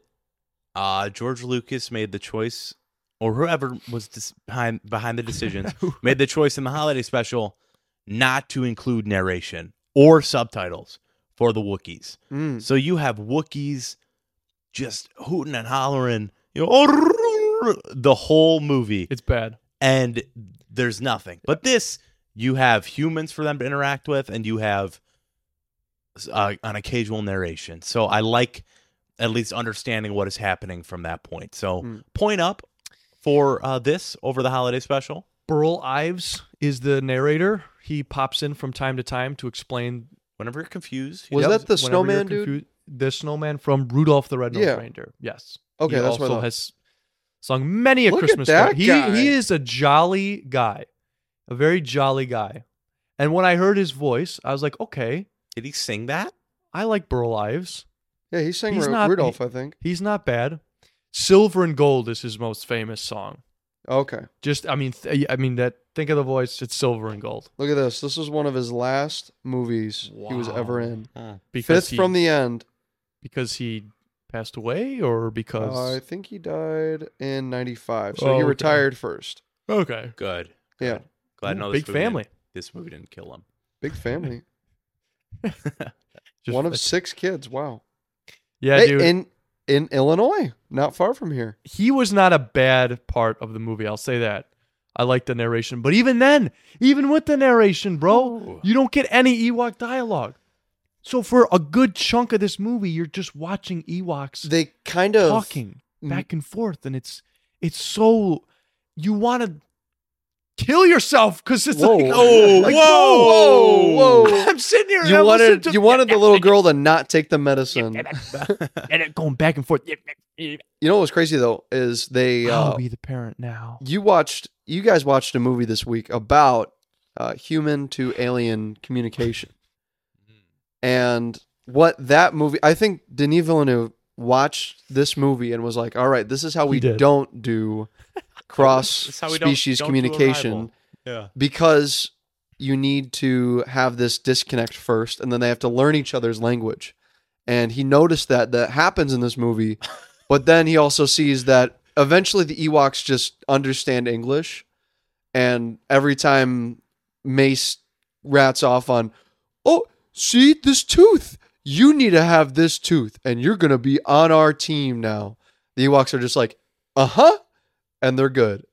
[SPEAKER 2] uh, George Lucas made the choice, or whoever was dis- behind behind the decisions made the choice in the holiday special not to include narration or subtitles for the Wookiees.
[SPEAKER 3] Mm.
[SPEAKER 2] So you have Wookiees just hooting and hollering, you know, (laughs) "Arrrrrrr," the whole movie,
[SPEAKER 1] it's bad
[SPEAKER 2] and there's nothing. But this, you have humans for them to interact with, and you have uh, an occasional narration. So I like at least understanding what is happening from that point. So
[SPEAKER 3] Hmm.
[SPEAKER 2] point up for uh, this over the holiday special.
[SPEAKER 1] Burl Ives is the narrator. He pops in from time to time to explain.
[SPEAKER 2] Whenever you're confused, you
[SPEAKER 3] Was
[SPEAKER 2] know,
[SPEAKER 3] that the
[SPEAKER 1] whenever you're
[SPEAKER 3] snowman dude?
[SPEAKER 1] confused- The snowman from Rudolph the Red-Nosed
[SPEAKER 3] Yeah.
[SPEAKER 1] Reindeer. Yes.
[SPEAKER 3] Okay,
[SPEAKER 1] he
[SPEAKER 3] that's what I
[SPEAKER 1] also
[SPEAKER 3] thought.
[SPEAKER 1] has sung many a
[SPEAKER 3] Look at
[SPEAKER 1] Christmas. carol.
[SPEAKER 3] that
[SPEAKER 1] He
[SPEAKER 3] guy.
[SPEAKER 1] he is a jolly guy, a very jolly guy. And when I heard his voice, I was like, okay,
[SPEAKER 2] did he sing that?
[SPEAKER 1] I like Burl Ives.
[SPEAKER 3] Yeah, he sang
[SPEAKER 1] He's
[SPEAKER 3] Ru-
[SPEAKER 1] not-
[SPEAKER 3] Rudolph,
[SPEAKER 1] he-
[SPEAKER 3] I think.
[SPEAKER 1] He's not bad. Silver and Gold is his most famous song.
[SPEAKER 3] Okay,
[SPEAKER 1] Just I mean th- I mean that think of the voice. It's Silver and Gold
[SPEAKER 3] look at this. This is one of his last movies he was ever in.
[SPEAKER 1] because
[SPEAKER 3] Fifth
[SPEAKER 1] he,
[SPEAKER 3] from the end.
[SPEAKER 1] because he passed away or
[SPEAKER 3] Uh, I
[SPEAKER 1] because
[SPEAKER 3] think he died in '95, so
[SPEAKER 1] Oh,
[SPEAKER 3] he
[SPEAKER 1] okay.
[SPEAKER 3] retired first.
[SPEAKER 1] okay
[SPEAKER 2] Good.
[SPEAKER 3] Yeah,
[SPEAKER 2] Glad
[SPEAKER 1] Ooh,
[SPEAKER 3] Hmm,
[SPEAKER 2] no this
[SPEAKER 1] big
[SPEAKER 2] movie didn't-
[SPEAKER 1] family.
[SPEAKER 2] This movie didn't kill him.
[SPEAKER 3] big family.
[SPEAKER 1] (laughs) Just-
[SPEAKER 3] one of six kids. Wow.
[SPEAKER 1] yeah
[SPEAKER 3] Hey,
[SPEAKER 1] dude.
[SPEAKER 3] in in Illinois, not far from here.
[SPEAKER 1] he was not a bad part of the movie. I'll say that. I like the narration, but even then, even with the narration, bro,
[SPEAKER 2] Ooh.
[SPEAKER 1] you don't get any Ewok dialogue. So for a good chunk of this movie, you're just watching Ewoks
[SPEAKER 3] They kind of
[SPEAKER 1] talking
[SPEAKER 3] Mm.
[SPEAKER 1] back and forth, and it's it's so you want to kill yourself because it's
[SPEAKER 3] (laughs) Whoa.
[SPEAKER 1] like
[SPEAKER 2] Oh,
[SPEAKER 1] like,
[SPEAKER 2] whoa.
[SPEAKER 1] bro,
[SPEAKER 3] Whoa.
[SPEAKER 1] I'm sitting (laughs) here. And I
[SPEAKER 3] You wanted
[SPEAKER 1] listen to,
[SPEAKER 3] you wanted the little girl to not take the medicine.
[SPEAKER 1] (laughs) and it going back and forth.
[SPEAKER 3] (laughs) You know what's crazy though is they uh,
[SPEAKER 1] I'll be the parent now.
[SPEAKER 3] you watched you guys watched a movie this week about uh, human to alien
[SPEAKER 1] (laughs)
[SPEAKER 3] communication and what that movie i think denis villeneuve watched this movie and was like all right this is how
[SPEAKER 1] He
[SPEAKER 3] we
[SPEAKER 1] did. (laughs)
[SPEAKER 3] don't do cross species communication
[SPEAKER 2] yeah.
[SPEAKER 3] because you need to have this disconnect first and then they have to learn each other's language and he noticed that that happens in this movie but then he also sees that eventually the ewoks just understand english and every time mace rats off on oh see this tooth you need to have this tooth and you're gonna be on our team now the ewoks are just like uh-huh and they're good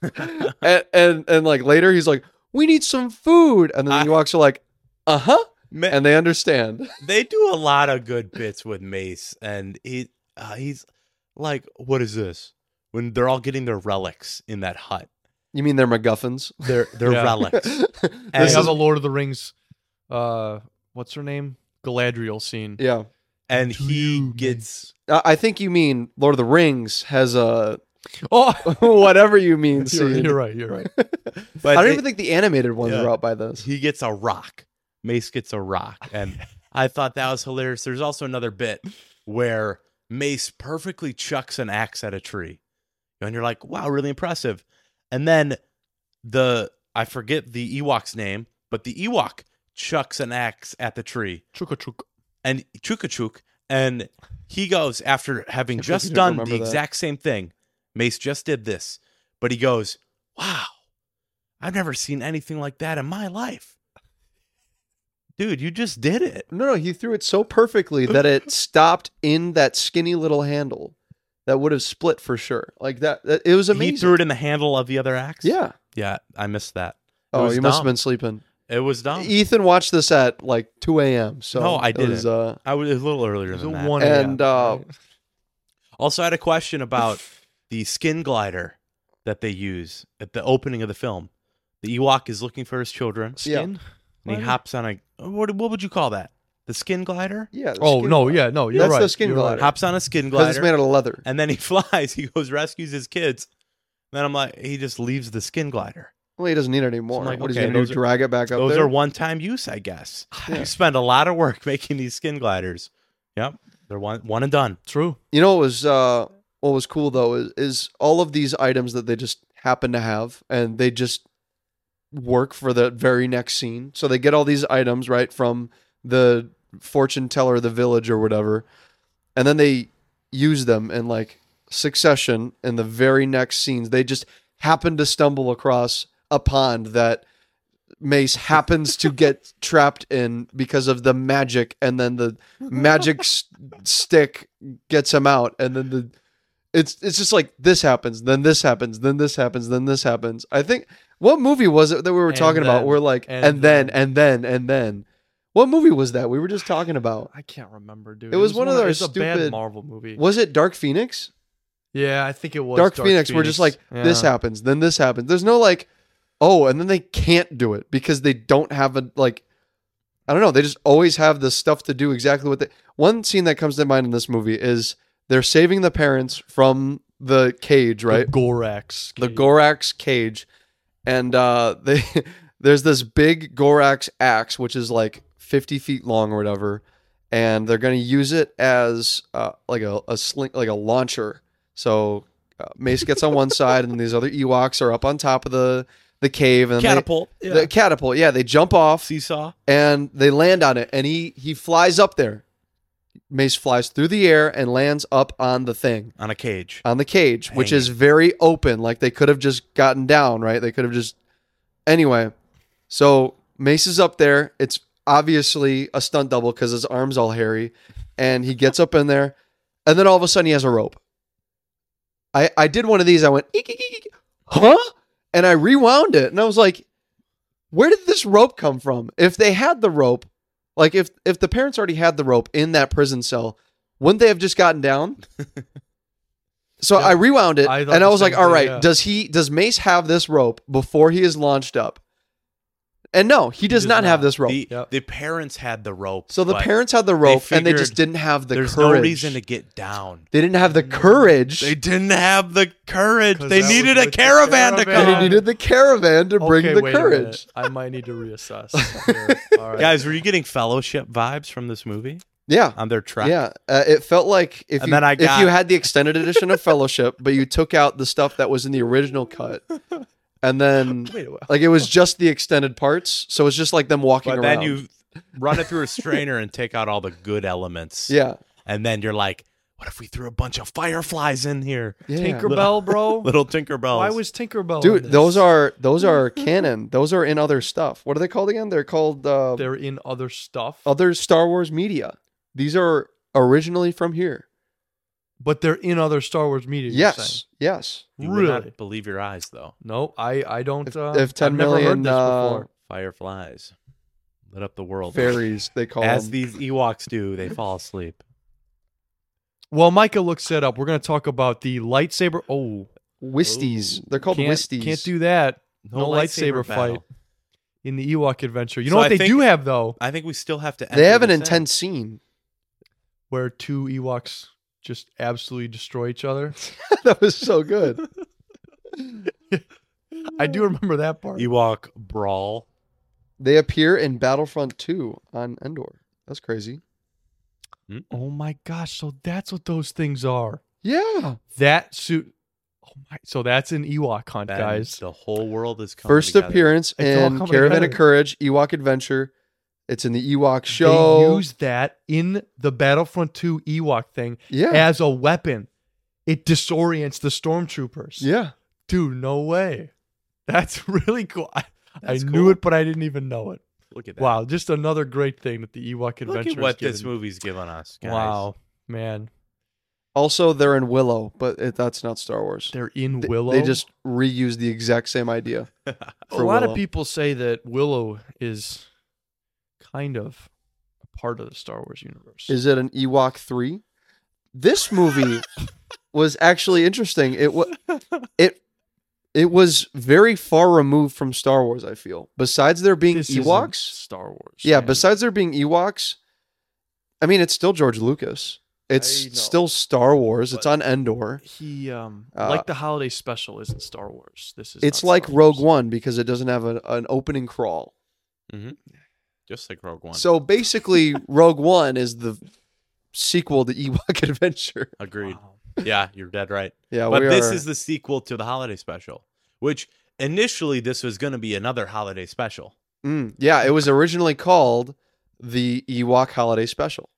[SPEAKER 3] (laughs) and, and and like later he's like, "We need some food," and
[SPEAKER 2] Ah.
[SPEAKER 3] then the Ewoks are like, "Uh huh,"
[SPEAKER 2] Ma-
[SPEAKER 3] and they understand. (laughs)
[SPEAKER 2] they do a lot of good bits with Mace, and he uh, he's like, "What is this?" When they're all getting their relics in that hut,
[SPEAKER 3] You mean they're MacGuffins? (laughs)
[SPEAKER 2] their their
[SPEAKER 1] Yeah.
[SPEAKER 2] relics.
[SPEAKER 3] this
[SPEAKER 1] They
[SPEAKER 2] And,
[SPEAKER 1] have a Lord of the Rings. Uh, what's her name? Galadriel scene.
[SPEAKER 3] yeah,
[SPEAKER 2] and
[SPEAKER 1] To
[SPEAKER 2] he
[SPEAKER 1] you,
[SPEAKER 2] gets
[SPEAKER 3] I I think you mean Lord of the Rings
[SPEAKER 2] (laughs)
[SPEAKER 3] has a
[SPEAKER 1] Oh,
[SPEAKER 3] (laughs) whatever you mean.
[SPEAKER 1] (laughs) you're,
[SPEAKER 3] scene. (laughs)
[SPEAKER 1] you're right. You're right.
[SPEAKER 2] but
[SPEAKER 3] I don't
[SPEAKER 2] it-
[SPEAKER 3] even think the animated ones
[SPEAKER 2] Yeah.
[SPEAKER 3] were out by this.
[SPEAKER 2] he gets a rock. Mace gets a rock, and
[SPEAKER 3] (laughs)
[SPEAKER 2] I thought that was hilarious. There's also another bit where Mace perfectly chucks an axe at a tree, and you're like, "Wow, really impressive." And then the I forget the Ewok's name, but the Ewok chucks an axe at the tree,
[SPEAKER 1] Chuka chuka.
[SPEAKER 2] and Chukachuk, and he goes after having
[SPEAKER 3] Can't believe you
[SPEAKER 2] just
[SPEAKER 3] didn't
[SPEAKER 2] done the
[SPEAKER 3] remember that.
[SPEAKER 2] exact same thing. Mace just did this, but he goes, "Wow, I've never seen anything like that in my life." Dude, you just did it.
[SPEAKER 3] No, no, he threw it so perfectly
[SPEAKER 2] (laughs)
[SPEAKER 3] that it stopped in that skinny little handle that would have split for sure. Like that, that- it was amazing.
[SPEAKER 2] He threw it in the handle of the other axe.
[SPEAKER 3] yeah.
[SPEAKER 2] yeah, I missed that. It
[SPEAKER 3] Oh,
[SPEAKER 2] was
[SPEAKER 3] you must have
[SPEAKER 2] dumb.
[SPEAKER 3] been sleeping.
[SPEAKER 2] It was dumb.
[SPEAKER 3] Ethan watched this at like 2 a.m. So
[SPEAKER 2] Oh. No, I
[SPEAKER 3] it was,
[SPEAKER 2] didn't.
[SPEAKER 3] uh,
[SPEAKER 2] I was it was a little earlier
[SPEAKER 1] There's
[SPEAKER 2] than
[SPEAKER 1] a
[SPEAKER 2] that.
[SPEAKER 1] one
[SPEAKER 3] And,
[SPEAKER 1] in.
[SPEAKER 3] uh,
[SPEAKER 2] Also, I had a question about the skin glider that they use at the opening of the film. The Ewok is looking for his children.
[SPEAKER 1] skin.
[SPEAKER 2] And he
[SPEAKER 1] Glider?
[SPEAKER 2] hops on a what, what would you call that? The skin glider?
[SPEAKER 3] yeah. the
[SPEAKER 1] Oh
[SPEAKER 3] skin
[SPEAKER 1] no,
[SPEAKER 3] glider.
[SPEAKER 1] yeah, no. You're
[SPEAKER 3] That's
[SPEAKER 1] right.
[SPEAKER 3] the skin
[SPEAKER 1] you're right.
[SPEAKER 3] glider.
[SPEAKER 2] Hops on a skin
[SPEAKER 3] Because it's
[SPEAKER 2] glider.
[SPEAKER 3] made out of leather.
[SPEAKER 2] and then he (laughs) flies. He goes rescues his kids. Then I'm like, he just leaves the skin glider.
[SPEAKER 3] Well, he doesn't need it anymore.
[SPEAKER 2] So I'm like,
[SPEAKER 3] what is
[SPEAKER 2] okay,
[SPEAKER 3] he going to
[SPEAKER 2] those
[SPEAKER 3] do?
[SPEAKER 2] are-
[SPEAKER 3] Drag it back up
[SPEAKER 2] Those
[SPEAKER 3] there?
[SPEAKER 2] are one time use, I
[SPEAKER 3] (sighs)
[SPEAKER 2] guess.
[SPEAKER 3] Yeah.
[SPEAKER 2] You spend a lot of work (laughs) making these skin gliders. Yep. They're one one and done.
[SPEAKER 1] True.
[SPEAKER 3] you know what was uh, what was cool though is, is all of these items that they just happen to have, and they just work for the very next scene. So they get all these items right from the fortune teller, of the village, or whatever, and then they use them in like succession in the very next scenes. They just happen to stumble across a pond that Mace happens
[SPEAKER 1] (laughs)
[SPEAKER 3] to get trapped in because of the magic, and then the magic s- stick gets him out, and then the it's it's just like this happens, then this happens, then this happens, then this happens. I think what movie was it that we were
[SPEAKER 1] And
[SPEAKER 3] talking about?
[SPEAKER 1] then,
[SPEAKER 3] We're like,
[SPEAKER 1] and
[SPEAKER 3] and, then,
[SPEAKER 1] then.
[SPEAKER 3] and then, and then. What movie was that we were just talking about?
[SPEAKER 1] I can't remember, dude.
[SPEAKER 3] It was one of
[SPEAKER 1] those
[SPEAKER 3] their
[SPEAKER 1] it's a bad
[SPEAKER 3] stupid-
[SPEAKER 1] Marvel movie.
[SPEAKER 3] Was it Dark Phoenix?
[SPEAKER 1] Yeah, I think it was
[SPEAKER 3] Dark, Phoenix, We're just like this
[SPEAKER 1] Yeah.
[SPEAKER 3] happens, then this happens. There's no like, oh, and then they can't do it because they don't have a like. I don't know. They just always have the stuff to do exactly what they. One scene that comes to mind in this movie is they're saving the parents from the cage, right?
[SPEAKER 1] The Gorax.
[SPEAKER 3] the
[SPEAKER 1] cage.
[SPEAKER 3] Gorax cage, and uh, (laughs) they there's this big Gorax axe which is like 50 feet long or whatever, and they're gonna use it as uh, like a, a sling like a launcher. So uh, Mace gets on one side, and these other Ewoks are up on top of the the cave and they-
[SPEAKER 2] Catapult. yeah.
[SPEAKER 3] the catapult. Yeah, they jump off
[SPEAKER 2] Seesaw.
[SPEAKER 3] and they land on it, and he he flies up there. Mace flies through the air and lands up on the thing
[SPEAKER 2] On a cage.
[SPEAKER 3] on the cage, which
[SPEAKER 2] Hanging.
[SPEAKER 3] is very open. Like they could have just gotten down, right? They could have just. Anyway, so Mace is up there. It's obviously a stunt double because his arm's all hairy, and he gets up in there, and then all of a sudden he has a rope. I I did one of these. I went, "Eek, eek, eek, eek." huh? And I rewound it, and I was like, where did this rope come from? If they had the rope, like if if the parents already had the rope in that prison cell, wouldn't they have just gotten down? so
[SPEAKER 1] Yeah.
[SPEAKER 3] I rewound it
[SPEAKER 1] I thought
[SPEAKER 3] and I
[SPEAKER 1] the
[SPEAKER 3] was
[SPEAKER 1] same
[SPEAKER 3] like, all
[SPEAKER 1] thing,
[SPEAKER 3] right,
[SPEAKER 1] yeah.
[SPEAKER 3] does he does Mace have this rope before he is launched up? And no, he does,
[SPEAKER 1] does
[SPEAKER 3] not, have
[SPEAKER 1] not.
[SPEAKER 3] this rope.
[SPEAKER 2] The,
[SPEAKER 1] Yep.
[SPEAKER 2] the parents had the rope.
[SPEAKER 3] so the
[SPEAKER 2] but
[SPEAKER 3] parents had the rope and they just
[SPEAKER 2] figured
[SPEAKER 3] didn't have the
[SPEAKER 2] there's
[SPEAKER 3] courage.
[SPEAKER 2] no reason to get down.
[SPEAKER 3] they didn't have the courage.
[SPEAKER 2] They didn't have the courage.
[SPEAKER 1] 'Cause
[SPEAKER 2] They
[SPEAKER 1] that was
[SPEAKER 2] needed a
[SPEAKER 1] with the
[SPEAKER 2] caravan, to
[SPEAKER 1] caravan.
[SPEAKER 2] come.
[SPEAKER 3] they needed the caravan to bring
[SPEAKER 1] Um, Okay,
[SPEAKER 3] the
[SPEAKER 1] wait a
[SPEAKER 3] courage.
[SPEAKER 1] minute. I might need to
[SPEAKER 3] (laughs)
[SPEAKER 1] reassess. here. All right.
[SPEAKER 2] Guys, were you getting fellowship vibes from this movie
[SPEAKER 3] Yeah.
[SPEAKER 2] on their track?
[SPEAKER 3] Yeah, uh, it felt like if
[SPEAKER 2] And
[SPEAKER 3] you,
[SPEAKER 2] then I
[SPEAKER 3] if
[SPEAKER 2] got-
[SPEAKER 3] you had the extended edition of Fellowship, but you took out the stuff that was in the
[SPEAKER 1] (laughs)
[SPEAKER 3] original cut, and then
[SPEAKER 1] Wait a while.
[SPEAKER 3] like it was just the extended parts, so it's just like them walking
[SPEAKER 2] But
[SPEAKER 3] around.
[SPEAKER 2] then you run it through a strainer and take out all the good elements.
[SPEAKER 3] yeah,
[SPEAKER 2] And then you're like, what if we threw a bunch of fireflies in here?
[SPEAKER 3] yeah.
[SPEAKER 1] Tinkerbell,
[SPEAKER 3] (laughs)
[SPEAKER 1] bro.
[SPEAKER 2] Little Tinkerbells.
[SPEAKER 1] Why was Tinkerbell? in
[SPEAKER 3] dude,
[SPEAKER 1] this?
[SPEAKER 3] those are those
[SPEAKER 1] (laughs)
[SPEAKER 3] are canon. Those are in other stuff. What are they called again? They're called uh,
[SPEAKER 1] they're in other stuff,
[SPEAKER 3] other Star Wars media. These are originally from here.
[SPEAKER 1] but they're in other Star Wars media. you're
[SPEAKER 3] Yes, yes.
[SPEAKER 2] you would not
[SPEAKER 1] really?
[SPEAKER 2] believe your eyes though.
[SPEAKER 1] No, I I don't.
[SPEAKER 3] If-
[SPEAKER 1] uh,
[SPEAKER 3] if 10
[SPEAKER 1] I've never
[SPEAKER 3] million,
[SPEAKER 1] heard this
[SPEAKER 3] uh,
[SPEAKER 1] before.
[SPEAKER 2] Fireflies lit up the world.
[SPEAKER 3] Fairies, they call
[SPEAKER 2] As
[SPEAKER 3] them.
[SPEAKER 2] these Ewoks do, they fall asleep.
[SPEAKER 1] Well, Micah looks it up. We're gonna talk about the lightsaber. Oh,
[SPEAKER 3] Wisties. They're called
[SPEAKER 1] can't,
[SPEAKER 3] Wisties.
[SPEAKER 1] Can't do that
[SPEAKER 2] No,
[SPEAKER 1] No lightsaber fight.
[SPEAKER 2] battle.
[SPEAKER 1] in the Ewok adventure. You
[SPEAKER 2] So
[SPEAKER 1] know what
[SPEAKER 2] I
[SPEAKER 1] they
[SPEAKER 2] think-
[SPEAKER 1] do have though,
[SPEAKER 2] I think we still have to.
[SPEAKER 3] They
[SPEAKER 2] enter
[SPEAKER 3] have an
[SPEAKER 2] this in.
[SPEAKER 3] intense scene. (laughs)
[SPEAKER 1] where two Ewoks just absolutely destroy each
[SPEAKER 3] (laughs)
[SPEAKER 1] other.
[SPEAKER 3] that was so good.
[SPEAKER 1] I do remember that part.
[SPEAKER 2] Ewok brawl.
[SPEAKER 3] They appear in Battlefront 2 on Endor. That's crazy.
[SPEAKER 1] oh my gosh! So that's what those things are.
[SPEAKER 3] Yeah.
[SPEAKER 1] That suit. Oh my! So that's an Ewok hunt,
[SPEAKER 2] Then
[SPEAKER 1] guys.
[SPEAKER 2] the whole world is coming
[SPEAKER 3] First
[SPEAKER 2] together.
[SPEAKER 3] appearance
[SPEAKER 1] It's all
[SPEAKER 3] in
[SPEAKER 1] coming
[SPEAKER 3] Caravan of
[SPEAKER 1] together.
[SPEAKER 3] Courage, Ewok Adventure. It's in the Ewok show.
[SPEAKER 1] They used that in the Battlefront 2 Ewok thing
[SPEAKER 3] yeah.
[SPEAKER 1] as a weapon. It disorients the stormtroopers.
[SPEAKER 3] yeah.
[SPEAKER 1] Dude, no way. That's (laughs) really cool. I, I
[SPEAKER 2] That's
[SPEAKER 1] knew
[SPEAKER 2] cool.
[SPEAKER 1] it, but I didn't even know it.
[SPEAKER 2] Look at that.
[SPEAKER 1] Wow, just another great thing that the Ewok adventure
[SPEAKER 2] Look at
[SPEAKER 1] has
[SPEAKER 2] what this
[SPEAKER 1] given.
[SPEAKER 2] movie's given us. Guys.
[SPEAKER 1] Wow, man.
[SPEAKER 3] Also, they're in Willow, but it, that's not Star Wars.
[SPEAKER 1] They're in
[SPEAKER 3] They-
[SPEAKER 1] Willow.
[SPEAKER 3] They just reuse the exact
[SPEAKER 1] (laughs)
[SPEAKER 3] same idea.
[SPEAKER 1] a
[SPEAKER 3] for
[SPEAKER 1] lot
[SPEAKER 3] Willow.
[SPEAKER 1] of people say that Willow is kind of a part of the Star Wars universe.
[SPEAKER 3] Is it an Ewok 3? This
[SPEAKER 1] (laughs)
[SPEAKER 3] movie was actually interesting. It was it it was very far removed from Star Wars, I feel. Besides there being
[SPEAKER 1] This isn't
[SPEAKER 3] Ewoks,
[SPEAKER 1] Star Wars.
[SPEAKER 3] Yeah,
[SPEAKER 1] man.
[SPEAKER 3] besides there being Ewoks, I mean, it's still George Lucas. It's
[SPEAKER 1] I know.
[SPEAKER 3] still Star Wars. It's on Endor.
[SPEAKER 1] he um
[SPEAKER 3] Uh,
[SPEAKER 1] like the holiday special isn't Star Wars. This is
[SPEAKER 3] It's
[SPEAKER 1] not
[SPEAKER 3] like
[SPEAKER 1] Star Wars.
[SPEAKER 3] Rogue One because it doesn't have a, an opening crawl.
[SPEAKER 2] Just like Rogue One.
[SPEAKER 3] So basically, Rogue One is the sequel to Ewok (laughs) Adventure.
[SPEAKER 2] Agreed.
[SPEAKER 1] Wow.
[SPEAKER 2] Yeah, you're dead right.
[SPEAKER 3] Yeah,
[SPEAKER 2] but
[SPEAKER 3] Oh, we
[SPEAKER 2] this
[SPEAKER 3] are-
[SPEAKER 2] is the sequel to the holiday special, which initially this was going to be another holiday special.
[SPEAKER 3] Mm, yeah, it was originally called the Ewok Holiday Special.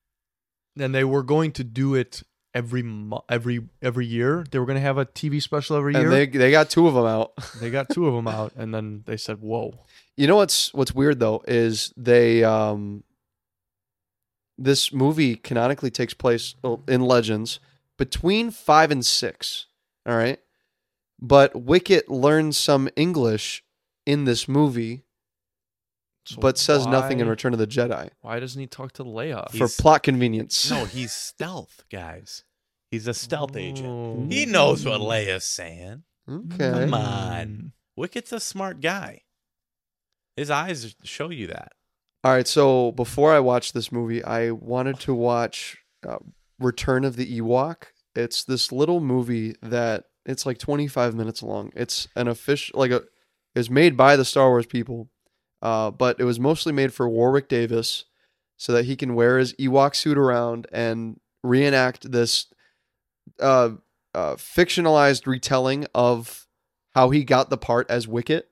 [SPEAKER 1] And they were going to do it every mo- every every year. They were going to have a TV special every year.
[SPEAKER 3] And they, they got two of them out.
[SPEAKER 1] They got two of them out, and then they said, "Whoa,
[SPEAKER 3] You know what's what's weird though is they um this movie canonically takes place oh, in Legends between 5 and 6, all right? But Wicket learns some English in this movie
[SPEAKER 1] So
[SPEAKER 3] but says nothing in
[SPEAKER 1] why-
[SPEAKER 3] Return of the Jedi
[SPEAKER 1] Why doesn't he talk to Leia?
[SPEAKER 3] for
[SPEAKER 2] He's-
[SPEAKER 3] plot convenience. (laughs)
[SPEAKER 2] No, he's stealth, guys. He's a stealth agent.
[SPEAKER 1] Oh.
[SPEAKER 2] He knows what Leia's saying.
[SPEAKER 3] Okay.
[SPEAKER 2] Come on. Wicked's a smart guy. His eyes show you that.
[SPEAKER 3] All right, so before I watched this movie, I wanted to watch uh, Return of the Ewok. It's this little movie that it's like 25 minutes long. It's an official like a it's made by the Star Wars people, uh, but it was mostly made for Warwick Davis so that he can wear his Ewok suit around and reenact this uh, uh, fictionalized retelling of how he got the part as Wicket.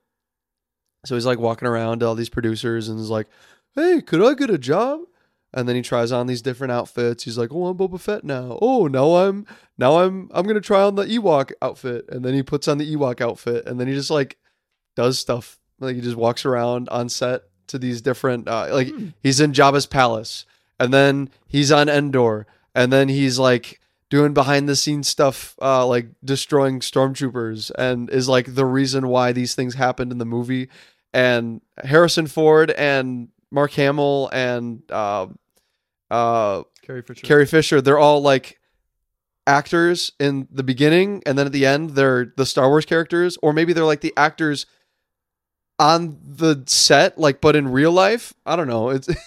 [SPEAKER 3] So he's like walking around to all these producers and is like, hey, could I get a job? And then he tries on these different outfits. He's like, oh, I'm Boba Fett now. Oh, now I'm now I'm I'm gonna try on the Ewok outfit. And then he puts on the Ewok outfit, and then he just like does stuff. Like he just walks around on set to these different uh, like he's in Jabba's palace, and then he's on Endor, and then he's like doing behind the scenes stuff, uh, like destroying stormtroopers, and is like the reason why these things happened in the movie. And Harrison Ford and Mark Hamill and uh, uh,
[SPEAKER 1] Carrie Fisher.
[SPEAKER 3] Carrie Fisher, they're all like actors in the beginning, and then at the end, they're the Star Wars characters, or maybe they're like the actors on the set, like but in real life. I don't know. It's (laughs)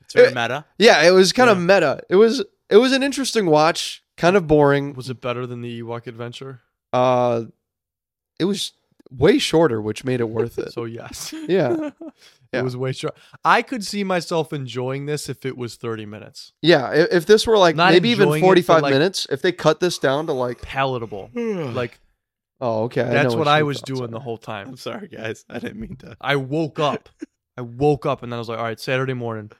[SPEAKER 2] It's very
[SPEAKER 3] Eh,
[SPEAKER 2] meta.
[SPEAKER 3] yeah, it was kind of
[SPEAKER 2] Yeah.
[SPEAKER 3] meta. It was it was an interesting watch, kind of boring.
[SPEAKER 1] Was it better than the Ewok Adventure?
[SPEAKER 3] Uh, it was way shorter, which made it worth it.
[SPEAKER 1] So
[SPEAKER 3] (laughs)
[SPEAKER 1] yes.
[SPEAKER 3] Yeah. Yeah.
[SPEAKER 1] It was way short. I could see myself enjoying this if it was 30 minutes.
[SPEAKER 3] yeah, i- if this were like
[SPEAKER 1] Not
[SPEAKER 3] maybe even
[SPEAKER 1] enjoying it, but,
[SPEAKER 3] forty five
[SPEAKER 1] like-
[SPEAKER 3] minutes, if they cut this down to like,
[SPEAKER 1] Palatable.
[SPEAKER 3] (sighs)
[SPEAKER 1] (sighs) like
[SPEAKER 3] oh okay, know
[SPEAKER 1] that's what I
[SPEAKER 3] your
[SPEAKER 1] was
[SPEAKER 3] thoughts
[SPEAKER 1] doing the
[SPEAKER 3] are.
[SPEAKER 1] whole
[SPEAKER 2] (laughs)
[SPEAKER 1] time.
[SPEAKER 2] sorry, guys. I didn't mean to.
[SPEAKER 1] I woke up. I woke up and then I was like, all right, Saturday morning,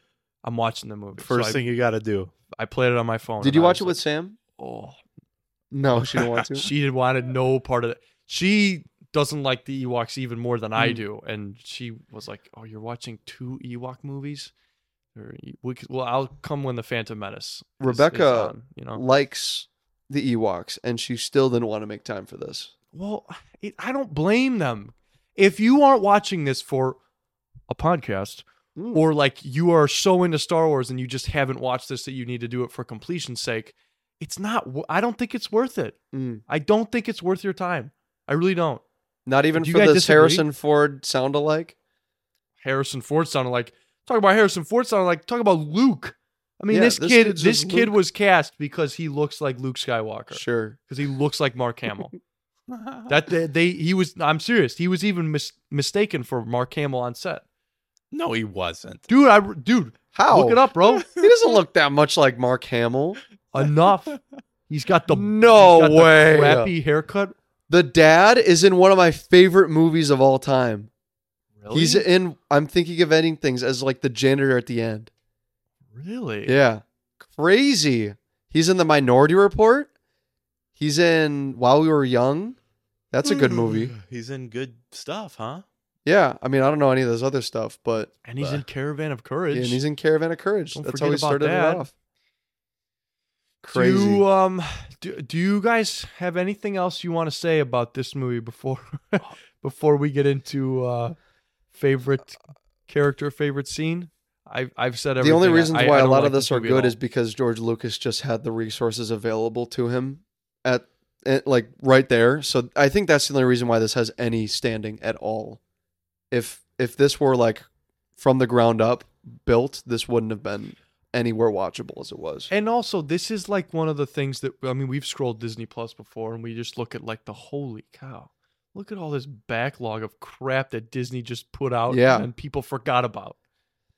[SPEAKER 1] I'm watching the movie. So
[SPEAKER 2] First
[SPEAKER 1] I-
[SPEAKER 2] thing you got to (laughs) do.
[SPEAKER 1] I played it on my phone.
[SPEAKER 3] Did
[SPEAKER 1] and
[SPEAKER 3] you
[SPEAKER 1] I
[SPEAKER 3] watch it with
[SPEAKER 1] was
[SPEAKER 3] Sam?
[SPEAKER 1] like, Oh,
[SPEAKER 3] No, she didn't
[SPEAKER 1] (laughs)
[SPEAKER 3] want to.
[SPEAKER 1] she wanted no part of it. She doesn't like the Ewoks even more than I do, and she was like, "Oh, you're watching two Ewok movies." Or you- we could, well, I'll come when the Phantom Menace. is- is
[SPEAKER 3] Rebecca-
[SPEAKER 1] on, you know.
[SPEAKER 3] likes the Ewoks, and she still didn't want to make time for this.
[SPEAKER 1] Well, it, I don't blame them. If you aren't watching this for a podcast,
[SPEAKER 3] Mm.
[SPEAKER 1] or like you are so into Star Wars and you just haven't watched this that you need to do it for completion's sake, it's not. wo- I don't think it's worth it.
[SPEAKER 3] Mm.
[SPEAKER 1] I don't think it's worth your time. I really don't.
[SPEAKER 3] Not even
[SPEAKER 1] Do you
[SPEAKER 3] for
[SPEAKER 1] guys
[SPEAKER 3] this
[SPEAKER 1] disagree?
[SPEAKER 3] Harrison Ford sound alike.
[SPEAKER 1] Harrison Ford sounded like talk about Harrison Ford sounded like talk about Luke. I mean,
[SPEAKER 3] Yeah,
[SPEAKER 1] this,
[SPEAKER 3] this
[SPEAKER 1] kid
[SPEAKER 3] kid's
[SPEAKER 1] this
[SPEAKER 3] just
[SPEAKER 1] kid
[SPEAKER 3] Luke.
[SPEAKER 1] was cast because he looks like Luke Skywalker
[SPEAKER 3] Sure.
[SPEAKER 1] because he looks like Mark Hamill.
[SPEAKER 3] (laughs)
[SPEAKER 1] that they, they he was I'm serious. He was even mis- mistaken for Mark Hamill on set.
[SPEAKER 2] No, he wasn't.
[SPEAKER 1] Dude, I dude,
[SPEAKER 3] How?
[SPEAKER 1] look it up, bro.
[SPEAKER 3] (laughs) He doesn't look that much like Mark Hamill.
[SPEAKER 1] Enough. He's got the he's
[SPEAKER 3] No
[SPEAKER 1] got the
[SPEAKER 3] way.
[SPEAKER 1] crappy haircut.
[SPEAKER 3] The dad is in one of my favorite movies of all time.
[SPEAKER 1] Really?
[SPEAKER 3] He's in I'm thinking of ending things as like the janitor at the end.
[SPEAKER 1] really.
[SPEAKER 3] Yeah. Crazy. He's in the Minority Report. He's in While We Were Young. That's a
[SPEAKER 1] Hmm.
[SPEAKER 3] good movie.
[SPEAKER 2] He's in good stuff, huh?
[SPEAKER 3] Yeah. I mean, I don't know any of this other stuff, but
[SPEAKER 1] And he's in Caravan of Courage.
[SPEAKER 3] Yeah, and he's in Caravan of Courage.
[SPEAKER 1] Don't
[SPEAKER 3] That's how
[SPEAKER 1] forget
[SPEAKER 3] he
[SPEAKER 1] about
[SPEAKER 3] started
[SPEAKER 1] that.
[SPEAKER 3] it off. Crazy.
[SPEAKER 1] Do um do, do you guys have anything else you want to say about this movie before (laughs) before we get into uh favorite character, favorite scene? I've I've said
[SPEAKER 3] the
[SPEAKER 1] everything.
[SPEAKER 3] only reasons
[SPEAKER 1] I- I
[SPEAKER 3] why a
[SPEAKER 1] don't
[SPEAKER 3] lot
[SPEAKER 1] like
[SPEAKER 3] of this are
[SPEAKER 1] movie at
[SPEAKER 3] good
[SPEAKER 1] all.
[SPEAKER 3] is because George Lucas just had the resources available to him at, at like right there. So I think that's the only reason why this has any standing at all. If if this were like from the ground up built, this wouldn't have been anywhere watchable as it was.
[SPEAKER 1] and also this is like one of the things that I mean we've scrolled Disney Plus before and we just look at like the holy cow. Look at all this backlog of crap that Disney just put out
[SPEAKER 3] Yeah.
[SPEAKER 1] and people forgot about.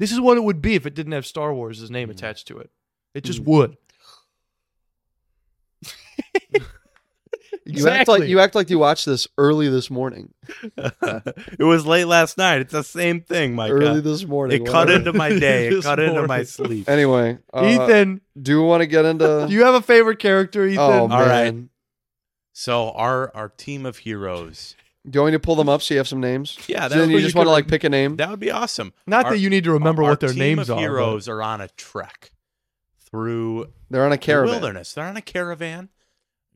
[SPEAKER 1] This is what it would be if it didn't have Star Wars' name
[SPEAKER 3] Mm.
[SPEAKER 1] attached to it. It just would.
[SPEAKER 3] (laughs) You act like you act like you watched this early this morning.
[SPEAKER 2] (laughs) it was late last night. It's the same thing, Mike.
[SPEAKER 3] early this morning.
[SPEAKER 2] it cut
[SPEAKER 3] whatever.
[SPEAKER 2] into my (laughs) day. It
[SPEAKER 1] This
[SPEAKER 2] cut into my
[SPEAKER 1] morning.
[SPEAKER 2] sleep.
[SPEAKER 3] Anyway, uh,
[SPEAKER 1] Ethan,
[SPEAKER 3] do you want to get into
[SPEAKER 1] do (laughs) you have a favorite character, Ethan?
[SPEAKER 3] Oh,
[SPEAKER 2] All right.
[SPEAKER 3] man.
[SPEAKER 2] (laughs) So our our team of heroes.
[SPEAKER 3] Do you want me to pull them up so you have some names?
[SPEAKER 2] Yeah,
[SPEAKER 3] So then
[SPEAKER 2] that-
[SPEAKER 3] you
[SPEAKER 2] you
[SPEAKER 3] just
[SPEAKER 2] could
[SPEAKER 3] want to
[SPEAKER 2] re-
[SPEAKER 3] like pick a name.
[SPEAKER 2] That would be awesome.
[SPEAKER 1] Not
[SPEAKER 2] Our-
[SPEAKER 1] that you need to remember
[SPEAKER 2] our
[SPEAKER 1] what their
[SPEAKER 2] team
[SPEAKER 1] names are.
[SPEAKER 2] of
[SPEAKER 1] but-
[SPEAKER 2] Heroes are on a trek through
[SPEAKER 3] They're on a
[SPEAKER 2] the
[SPEAKER 3] caravan.
[SPEAKER 2] wilderness. They're on a caravan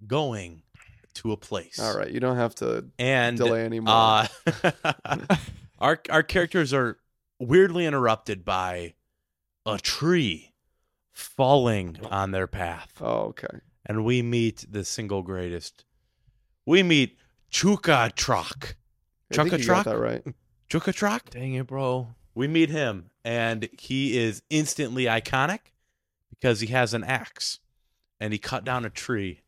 [SPEAKER 2] going to a place.
[SPEAKER 3] All right, you don't have to
[SPEAKER 2] And
[SPEAKER 3] delay anymore.
[SPEAKER 2] (laughs) uh, our our characters are weirdly interrupted by a tree falling on their path.
[SPEAKER 3] Oh, okay.
[SPEAKER 2] And we meet the single greatest. We meet Chuka Truck.
[SPEAKER 3] I think you got
[SPEAKER 2] Chuck-a-truck?
[SPEAKER 3] that right.
[SPEAKER 2] Chuka Truck?
[SPEAKER 1] Dang it, bro.
[SPEAKER 2] We meet him, and he is instantly iconic because he has an axe and he cut down a tree.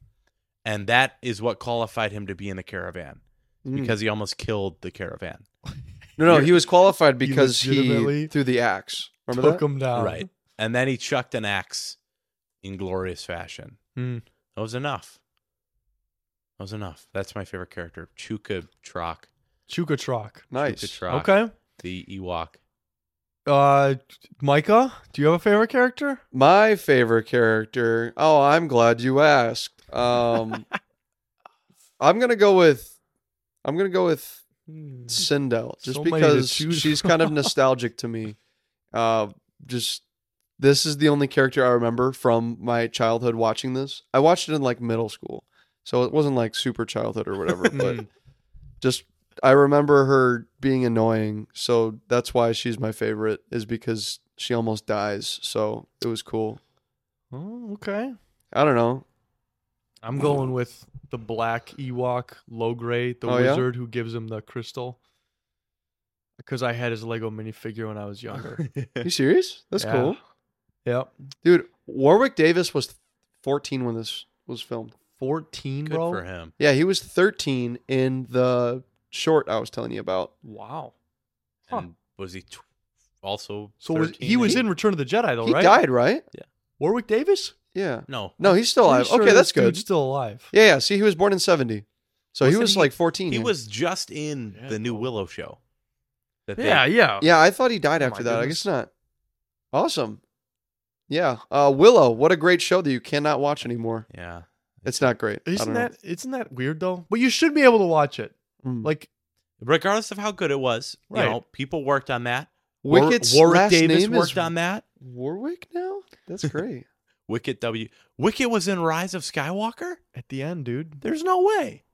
[SPEAKER 2] And that is what qualified him to be in the caravan
[SPEAKER 3] Mm.
[SPEAKER 2] because he almost killed the caravan.
[SPEAKER 3] no, no, he was qualified
[SPEAKER 1] you
[SPEAKER 3] because he
[SPEAKER 1] legitimately
[SPEAKER 3] threw the axe. Remember
[SPEAKER 1] Took
[SPEAKER 3] that?
[SPEAKER 1] him down.
[SPEAKER 2] Right. And then he chucked an axe in glorious fashion.
[SPEAKER 1] Hmm.
[SPEAKER 2] That was enough. That was enough. That's my favorite character. Chuka Trock.
[SPEAKER 1] Chuka Truck.
[SPEAKER 3] Nice.
[SPEAKER 2] Chuka Trock.
[SPEAKER 1] Okay.
[SPEAKER 2] The Ewok.
[SPEAKER 1] Uh, Micah, do you have a favorite character?
[SPEAKER 3] My favorite character. Oh, I'm glad you asked. Um, I'm gonna go with. I'm gonna go with
[SPEAKER 1] Hmm.
[SPEAKER 3] Sindel, just
[SPEAKER 1] So many to
[SPEAKER 3] because
[SPEAKER 1] choose
[SPEAKER 3] she's kind of nostalgic to me. Uh, just this is the only character I remember from my childhood watching this. I watched it in like middle school, so it wasn't like super childhood or whatever.
[SPEAKER 1] (laughs)
[SPEAKER 3] but just I remember her being annoying, so that's why she's my favorite. Is because she almost dies, so it was cool.
[SPEAKER 1] Oh, okay.
[SPEAKER 3] I don't know.
[SPEAKER 1] I'm
[SPEAKER 2] (laughs)
[SPEAKER 1] going with the black Ewok, low grade, the
[SPEAKER 3] Oh, yeah?
[SPEAKER 1] wizard who gives him the crystal. Because I had his Lego minifigure when I was
[SPEAKER 3] (laughs)
[SPEAKER 1] younger.
[SPEAKER 3] You serious? That's
[SPEAKER 1] Yeah.
[SPEAKER 3] cool,
[SPEAKER 1] yep.
[SPEAKER 3] dude. Warwick Davis was 14 when this was filmed.
[SPEAKER 1] 14,
[SPEAKER 2] Good
[SPEAKER 1] bro.
[SPEAKER 2] for him.
[SPEAKER 3] Yeah, he was 13 in the short I was telling you about.
[SPEAKER 1] Wow. Huh.
[SPEAKER 2] And was he tw- also
[SPEAKER 1] So was,
[SPEAKER 2] 13?
[SPEAKER 1] he was in Return of the Jedi, though,
[SPEAKER 3] he
[SPEAKER 1] Oh, right?
[SPEAKER 3] died, right?
[SPEAKER 1] Warwick Davis?
[SPEAKER 3] Yeah.
[SPEAKER 2] No.
[SPEAKER 3] No, he's still alive.
[SPEAKER 1] Pretty sure
[SPEAKER 3] okay, that's
[SPEAKER 1] this dude's
[SPEAKER 3] good.
[SPEAKER 1] still alive.
[SPEAKER 3] Yeah, yeah. See, he was born in 70. So he
[SPEAKER 2] Wasn't
[SPEAKER 3] was
[SPEAKER 2] he-
[SPEAKER 3] like 14.
[SPEAKER 2] He
[SPEAKER 3] yeah.
[SPEAKER 2] was just in
[SPEAKER 1] Yeah,
[SPEAKER 2] the new
[SPEAKER 1] bro.
[SPEAKER 2] Willow show. That they-
[SPEAKER 1] Yeah, yeah.
[SPEAKER 3] Yeah, I thought he died
[SPEAKER 1] Oh
[SPEAKER 3] after
[SPEAKER 1] my
[SPEAKER 3] that.
[SPEAKER 1] goodness.
[SPEAKER 3] I guess not. Awesome. Yeah. Uh, Willow, what a great show that you cannot watch anymore.
[SPEAKER 2] Yeah.
[SPEAKER 3] It's not great. I
[SPEAKER 1] Isn't
[SPEAKER 3] don't know.
[SPEAKER 1] that isn't that weird though? But you should be able to watch it.
[SPEAKER 3] Mm.
[SPEAKER 1] Like
[SPEAKER 2] Regardless of how good it was,
[SPEAKER 1] Right.
[SPEAKER 2] you know, people worked on that. War-
[SPEAKER 3] Wicked's
[SPEAKER 2] Warwick
[SPEAKER 3] last
[SPEAKER 2] Davis
[SPEAKER 3] name
[SPEAKER 2] worked
[SPEAKER 3] is
[SPEAKER 2] on that.
[SPEAKER 3] Warwick now? That's great.
[SPEAKER 2] Wicket W. Wicket was in Rise of Skywalker?
[SPEAKER 1] at the end, dude.
[SPEAKER 2] There's no way.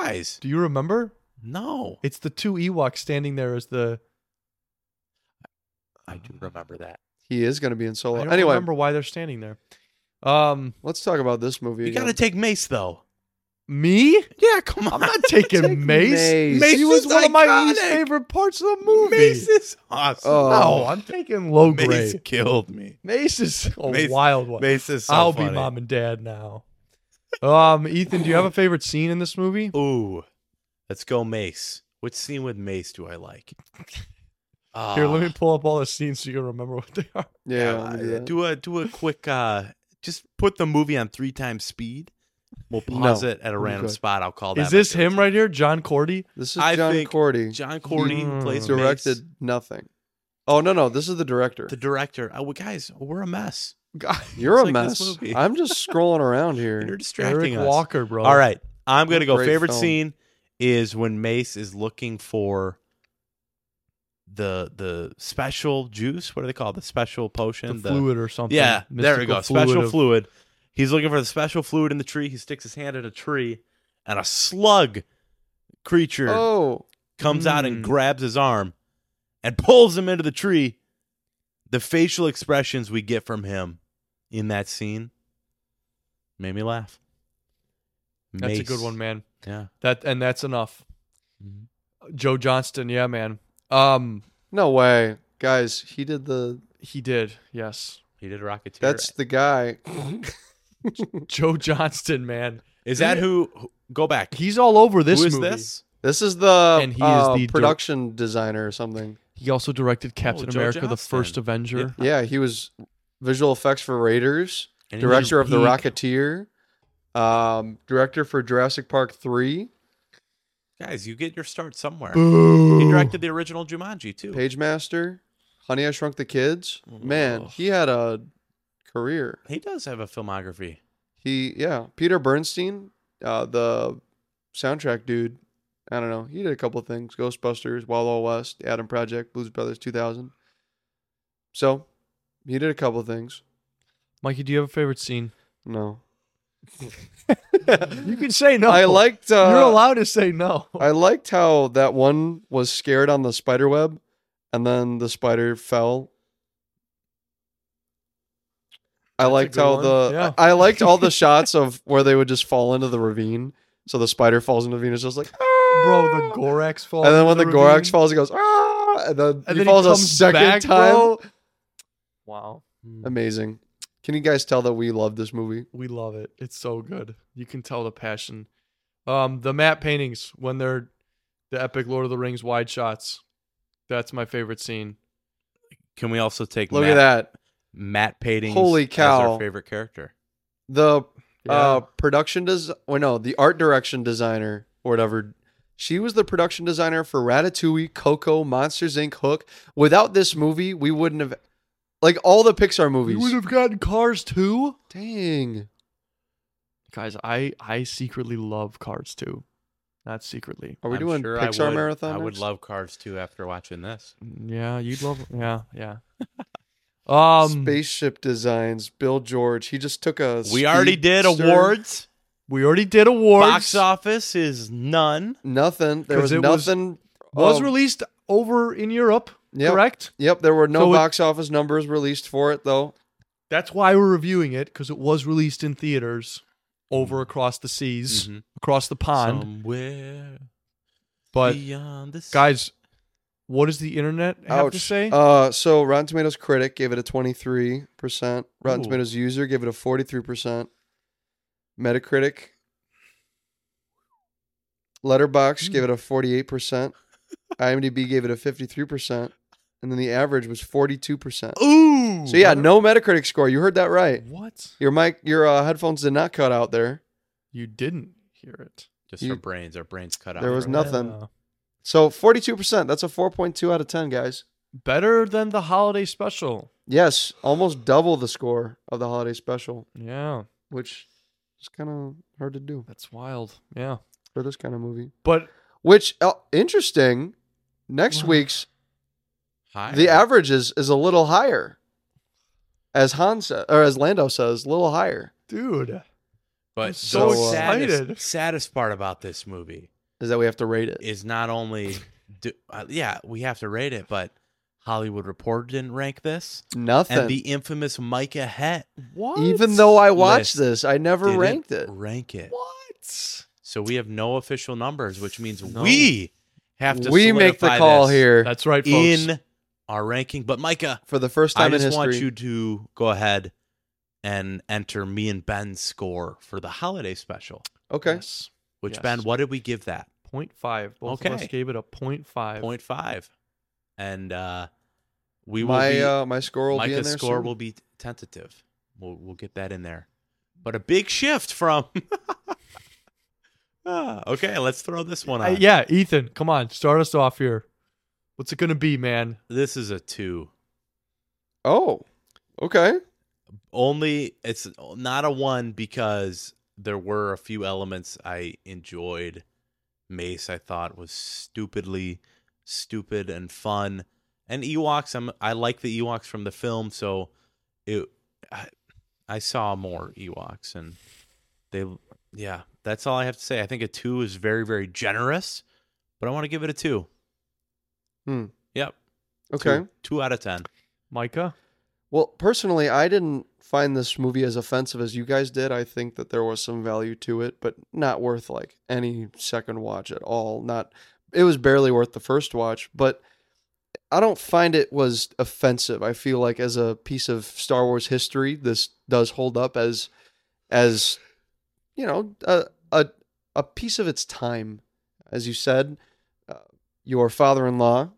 [SPEAKER 2] Guys,
[SPEAKER 1] Do you remember?
[SPEAKER 2] no.
[SPEAKER 1] It's the two Ewoks standing there as the
[SPEAKER 2] I do remember that.
[SPEAKER 3] he is going to be in
[SPEAKER 1] I
[SPEAKER 3] solo.
[SPEAKER 1] don't
[SPEAKER 3] Anyway,
[SPEAKER 1] remember why they're standing there. Um,
[SPEAKER 3] let's talk about this movie.
[SPEAKER 2] You got to
[SPEAKER 3] again.
[SPEAKER 2] take Mace, though. (laughs)
[SPEAKER 1] me?
[SPEAKER 2] Yeah, come on.
[SPEAKER 1] I'm not taking
[SPEAKER 3] Take
[SPEAKER 1] Mace. Mace
[SPEAKER 3] Mace.
[SPEAKER 2] Mace
[SPEAKER 1] was
[SPEAKER 2] is
[SPEAKER 1] one of my
[SPEAKER 2] iconic.
[SPEAKER 1] least favorite parts of the movie.
[SPEAKER 2] Mace is awesome.
[SPEAKER 3] Oh.
[SPEAKER 1] no, I'm taking low
[SPEAKER 2] Mace
[SPEAKER 1] grade.
[SPEAKER 2] killed me.
[SPEAKER 1] Mace is a
[SPEAKER 2] Mace-
[SPEAKER 1] wild one.
[SPEAKER 2] Mace is so
[SPEAKER 1] I'll be
[SPEAKER 2] funny.
[SPEAKER 1] mom and dad now. Um, Ethan, do you have a favorite scene in this movie?
[SPEAKER 2] Ooh, let's go Mace. Which scene with Mace do I
[SPEAKER 1] (laughs)
[SPEAKER 2] like? Uh,
[SPEAKER 1] Here, let me pull up all the scenes so you can remember what they are.
[SPEAKER 3] Yeah. let me do that.
[SPEAKER 2] do a do a quick. uh Just put the movie on three times speed. We'll
[SPEAKER 3] No,
[SPEAKER 2] pause it at a
[SPEAKER 3] I'm
[SPEAKER 2] random
[SPEAKER 3] good.
[SPEAKER 2] spot. I'll call that.
[SPEAKER 1] Is
[SPEAKER 2] my
[SPEAKER 1] this
[SPEAKER 2] favorite
[SPEAKER 1] him
[SPEAKER 2] scene.
[SPEAKER 1] right here, John Cordy?
[SPEAKER 3] This is
[SPEAKER 2] I
[SPEAKER 3] John
[SPEAKER 2] think
[SPEAKER 3] Cordy.
[SPEAKER 2] John Cordy
[SPEAKER 1] Hmm.
[SPEAKER 2] plays
[SPEAKER 3] directed
[SPEAKER 2] Mace.
[SPEAKER 3] nothing. Oh no no, this is the director.
[SPEAKER 2] the director. Oh, well, guys, we're a mess.
[SPEAKER 3] You're
[SPEAKER 2] it's
[SPEAKER 3] a
[SPEAKER 2] like this
[SPEAKER 3] mess.
[SPEAKER 2] movie.
[SPEAKER 3] I'm just
[SPEAKER 2] (laughs)
[SPEAKER 3] scrolling around
[SPEAKER 2] You're
[SPEAKER 3] here.
[SPEAKER 2] distracting
[SPEAKER 1] Eric
[SPEAKER 2] us.
[SPEAKER 1] Walker, bro.
[SPEAKER 2] All right, I'm gonna go.
[SPEAKER 3] Great
[SPEAKER 2] Favorite
[SPEAKER 3] film.
[SPEAKER 2] scene is when Mace is looking for the the special juice. What do they call it? the special
[SPEAKER 1] the
[SPEAKER 2] potion?
[SPEAKER 1] fluid or something.
[SPEAKER 2] Yeah, there we
[SPEAKER 1] mystical
[SPEAKER 2] go. special
[SPEAKER 1] of-
[SPEAKER 2] fluid. He's looking for the special fluid in the tree. He sticks his hand at a tree, and a slug creature
[SPEAKER 3] Oh,
[SPEAKER 2] comes out
[SPEAKER 1] Mm.
[SPEAKER 2] and grabs his arm and (laughs) pulls him into the tree. The facial expressions we get from him in that scene made me laugh.
[SPEAKER 1] That's a
[SPEAKER 2] Mace.
[SPEAKER 1] good one, man.
[SPEAKER 2] Yeah.
[SPEAKER 1] That and that's enough.
[SPEAKER 2] Mhm.
[SPEAKER 1] Joe Johnston, yeah, man. Um,
[SPEAKER 3] no way. Guys, he did the
[SPEAKER 1] he did, (laughs) yes.
[SPEAKER 2] He did Rocketeer.
[SPEAKER 3] that's
[SPEAKER 2] (laughs)
[SPEAKER 3] the guy.
[SPEAKER 1] Joe Johnston, man.
[SPEAKER 2] is that who? who- Go back.
[SPEAKER 1] He's all over this
[SPEAKER 2] who is
[SPEAKER 1] movie.
[SPEAKER 2] this?
[SPEAKER 3] This is the
[SPEAKER 1] And he is
[SPEAKER 3] uh,
[SPEAKER 1] the dir-
[SPEAKER 3] production designer or something.
[SPEAKER 1] He also directed Captain
[SPEAKER 2] Joe
[SPEAKER 1] America: The
[SPEAKER 2] Johnston.
[SPEAKER 1] First Avenger.
[SPEAKER 3] Yeah, he was visual effects for Raiders,
[SPEAKER 2] And he was
[SPEAKER 3] director of The
[SPEAKER 2] peak.
[SPEAKER 3] Rocketeer, um, director for Jurassic Park 3,
[SPEAKER 2] Guys, you get your start somewhere.
[SPEAKER 1] Boo.
[SPEAKER 2] He directed the original Jumanji too.
[SPEAKER 3] Pagemaster, Honey I Shrunk the Kids. Man, he had a career.
[SPEAKER 2] He does have a filmography.
[SPEAKER 3] He yeah, Peter Bernstein, uh, the soundtrack dude. I don't know. He did a couple things: Ghostbusters, Wild Wild West, Adam Project, Blues Brothers 2000. So, he did a couple things.
[SPEAKER 1] Mikey, do you have a favorite scene?
[SPEAKER 3] No,
[SPEAKER 1] (laughs) You can say no.
[SPEAKER 3] I liked. Uh, (laughs)
[SPEAKER 1] You're allowed to say no.
[SPEAKER 3] I liked how that one was scared on the spider web, and then the spider fell. I
[SPEAKER 1] That's a
[SPEAKER 3] liked
[SPEAKER 1] good
[SPEAKER 3] how
[SPEAKER 1] one.
[SPEAKER 3] the
[SPEAKER 1] Yeah.
[SPEAKER 3] I, I liked
[SPEAKER 1] (laughs)
[SPEAKER 3] all the shots of where they would just fall into the ravine. So the spider falls into the ravine. It's just like
[SPEAKER 1] Bro, the
[SPEAKER 3] "Ah!"
[SPEAKER 1] Gorax falls.
[SPEAKER 3] and then
[SPEAKER 1] into
[SPEAKER 3] when the,
[SPEAKER 1] the ravine,
[SPEAKER 3] Gorax falls, he goes ah, and then he
[SPEAKER 1] then
[SPEAKER 3] falls a
[SPEAKER 1] comes
[SPEAKER 3] second
[SPEAKER 1] back,
[SPEAKER 3] time.
[SPEAKER 1] bro. Wow.
[SPEAKER 3] Amazing. Can you guys tell that we love this movie?
[SPEAKER 1] We love it. It's so good. You can tell the passion. Um, the matte paintings when they're the epic Lord of the Rings wide shots. That's my favorite scene.
[SPEAKER 2] Can we also take
[SPEAKER 3] Look
[SPEAKER 2] Matt,
[SPEAKER 3] at that.
[SPEAKER 2] Matt Paintings
[SPEAKER 3] Holy
[SPEAKER 2] as
[SPEAKER 3] cow.
[SPEAKER 2] our favorite character?
[SPEAKER 3] The
[SPEAKER 1] Yeah.
[SPEAKER 3] uh, production does. Well, no, the art direction designer or whatever. She was the production designer for Ratatouille, Coco, Monsters Inc., Hook. Without this movie, we wouldn't have like all the Pixar
[SPEAKER 1] we
[SPEAKER 3] movies.
[SPEAKER 1] would have gotten Cars too,
[SPEAKER 3] Dang.
[SPEAKER 1] guys. I I secretly love Cars too. Not secretly.
[SPEAKER 3] Are we
[SPEAKER 2] I'm
[SPEAKER 3] doing
[SPEAKER 2] sure I
[SPEAKER 3] Pixar
[SPEAKER 2] would-
[SPEAKER 3] marathon?
[SPEAKER 2] I would
[SPEAKER 3] next?
[SPEAKER 2] love Cars too after watching this.
[SPEAKER 1] Yeah, you'd love. Yeah, (laughs) yeah. Um,
[SPEAKER 3] Spaceship Designs, Bill George. He just took a
[SPEAKER 2] We already did
[SPEAKER 3] speedster-
[SPEAKER 2] awards.
[SPEAKER 1] we already did awards.
[SPEAKER 2] Box office is none.
[SPEAKER 3] Nothing. There
[SPEAKER 1] 'Cause
[SPEAKER 3] was
[SPEAKER 1] it was-
[SPEAKER 3] nothing
[SPEAKER 1] was
[SPEAKER 3] um,
[SPEAKER 1] released over in Europe,
[SPEAKER 3] Yep.
[SPEAKER 1] correct?
[SPEAKER 3] Yep, there were no
[SPEAKER 1] So it-
[SPEAKER 3] box office numbers released for it though.
[SPEAKER 1] That's why we're reviewing it because it was released in theaters over across the seas,
[SPEAKER 2] Mhm.
[SPEAKER 1] across the pond.
[SPEAKER 2] Somewhere
[SPEAKER 1] but
[SPEAKER 2] beyond the sea.
[SPEAKER 1] guys, what does the internet have to
[SPEAKER 3] Ouch.
[SPEAKER 1] say?
[SPEAKER 3] Uh, so Rotten Tomatoes critic gave it a 23%. Rotten
[SPEAKER 1] Ooh.
[SPEAKER 3] Tomatoes user gave it a 43%. Metacritic, Letterbox
[SPEAKER 1] Hmm.
[SPEAKER 3] gave it
[SPEAKER 1] (laughs)
[SPEAKER 3] a 48%. IMDb gave it a 53%. And then the average was 42%.
[SPEAKER 1] Ooh.
[SPEAKER 3] So yeah, no Metacritic score. You heard that right.
[SPEAKER 1] What?
[SPEAKER 3] Your mic, your uh, headphones did not cut out there.
[SPEAKER 1] You didn't hear it.
[SPEAKER 2] just
[SPEAKER 3] you-
[SPEAKER 2] our brains, our brains cut out.
[SPEAKER 3] There was
[SPEAKER 2] from
[SPEAKER 3] nothing. So 42%. That's a 4.2 out of 10, guys.
[SPEAKER 1] Better than the holiday special.
[SPEAKER 3] Yes, almost double the score of the holiday special.
[SPEAKER 1] Yeah,
[SPEAKER 3] which is kind of hard to do
[SPEAKER 1] that's wild. Yeah,
[SPEAKER 3] for this kind of movie.
[SPEAKER 1] but
[SPEAKER 3] Which uh, interesting. Next
[SPEAKER 1] Wow.
[SPEAKER 3] week's
[SPEAKER 2] Higher.
[SPEAKER 3] the average is is a little higher, as Han said, or as Lando says, a little higher.
[SPEAKER 1] dude, I'm
[SPEAKER 2] But
[SPEAKER 1] so
[SPEAKER 2] the
[SPEAKER 1] excited.
[SPEAKER 2] Saddest, saddest part about this movie
[SPEAKER 3] Is that we have to rate it?
[SPEAKER 2] is not
[SPEAKER 3] (laughs)
[SPEAKER 2] only, do, uh, yeah, we have to rate it, but Hollywood Reporter didn't rank this,
[SPEAKER 3] Nothing.
[SPEAKER 2] and the infamous Micah Het
[SPEAKER 1] what?
[SPEAKER 3] Even though I watched
[SPEAKER 2] list
[SPEAKER 3] this, I never
[SPEAKER 2] didn't
[SPEAKER 3] ranked it.
[SPEAKER 2] Rank it.
[SPEAKER 1] what?
[SPEAKER 2] So we have no official numbers, which means
[SPEAKER 1] No.
[SPEAKER 2] we have to.
[SPEAKER 3] We make the
[SPEAKER 2] solidify
[SPEAKER 3] call
[SPEAKER 2] this
[SPEAKER 3] here
[SPEAKER 1] That's right, folks.
[SPEAKER 2] in our ranking. But Micah,
[SPEAKER 3] for the first
[SPEAKER 2] I
[SPEAKER 3] time in
[SPEAKER 2] just
[SPEAKER 3] history.
[SPEAKER 2] want you to go ahead and enter me and Ben's score for the holiday special.
[SPEAKER 3] okay,
[SPEAKER 1] Yes.
[SPEAKER 2] Which
[SPEAKER 1] Yes.
[SPEAKER 2] Ben, what did we give that?
[SPEAKER 1] Point five. Both of us
[SPEAKER 2] Okay.
[SPEAKER 1] gave it a point five.
[SPEAKER 2] Point five, and uh, we will
[SPEAKER 3] my
[SPEAKER 2] be.
[SPEAKER 3] uh, my score will be in
[SPEAKER 2] Micah's
[SPEAKER 3] there.
[SPEAKER 2] score
[SPEAKER 3] soon.
[SPEAKER 2] will be tentative. We'll we'll get that in there. But a big shift from. (laughs) Ah, okay, let's throw this one
[SPEAKER 1] Uh,
[SPEAKER 2] on.
[SPEAKER 1] yeah, Ethan, come on, start us off here. What's it gonna be, man?
[SPEAKER 2] This is a two.
[SPEAKER 3] Oh, okay.
[SPEAKER 2] only it's not a one because there were a few elements I enjoyed. Mace I thought was stupidly stupid and fun, and Ewoks. I'm I like the Ewoks from the film, so it I, I saw more Ewoks, and they yeah. That's all I have to say. I think a two is very very generous, but I want to give it a two.
[SPEAKER 3] Hmm.
[SPEAKER 2] Yep.
[SPEAKER 3] Okay.
[SPEAKER 2] Two, two out of ten.
[SPEAKER 1] Micah?
[SPEAKER 3] Well, personally, I didn't find this movie as offensive as you guys did. I think that there was some value to it, but not worth like any second watch at all. Not it was barely worth the first watch, but I don't find it was offensive. I feel like as a piece of Star Wars history, this does hold up as as you know, a a, a piece of its time. As you said, uh, your father-in-law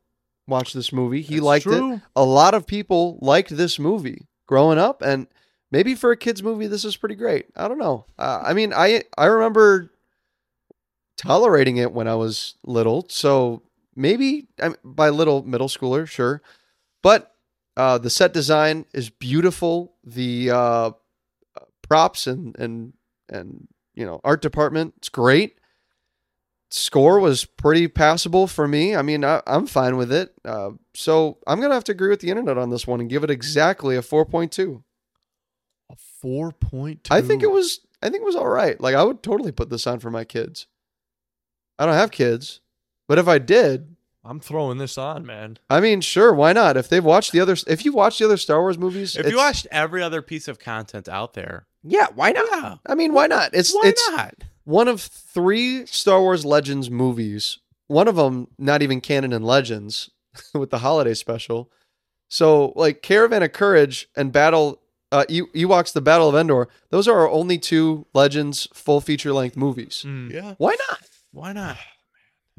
[SPEAKER 3] watched this movie. He
[SPEAKER 1] That's
[SPEAKER 3] liked it
[SPEAKER 1] true.
[SPEAKER 3] a lot of people liked this movie growing up and maybe for a kids movie this is pretty great i don't know uh, i mean i i remember tolerating it when i was little so maybe I, by little middle schooler sure but uh, the set design is beautiful the uh, props and and and you know art department it's great score was pretty passable for me. I mean, I, I'm fine with it. Uh, so I'm gonna have to agree with the internet on this one and give it exactly a 4.2.
[SPEAKER 1] A four point two.
[SPEAKER 3] I think it was. I think it was all right. Like I would totally put this on for my kids. I don't have kids, but if I did,
[SPEAKER 1] I'm throwing this on, man.
[SPEAKER 3] I mean, sure, why not? If they've watched the other, if you watch the other Star Wars movies,
[SPEAKER 2] If you
[SPEAKER 3] it's-
[SPEAKER 2] watched every other piece of content out there,
[SPEAKER 3] yeah, why not?
[SPEAKER 2] Yeah.
[SPEAKER 3] I mean, why not? It's
[SPEAKER 2] why
[SPEAKER 3] it's
[SPEAKER 2] not?
[SPEAKER 3] one of three Star Wars Legends movies. One of them not even canon and Legends (laughs) with the holiday special. So like Caravan of Courage and Battle uh, E- Ewoks: The Battle of Endor. Those are our only two Legends full feature length movies.
[SPEAKER 1] Hmm. Mm.
[SPEAKER 2] Yeah.
[SPEAKER 3] Why not?
[SPEAKER 2] Why not?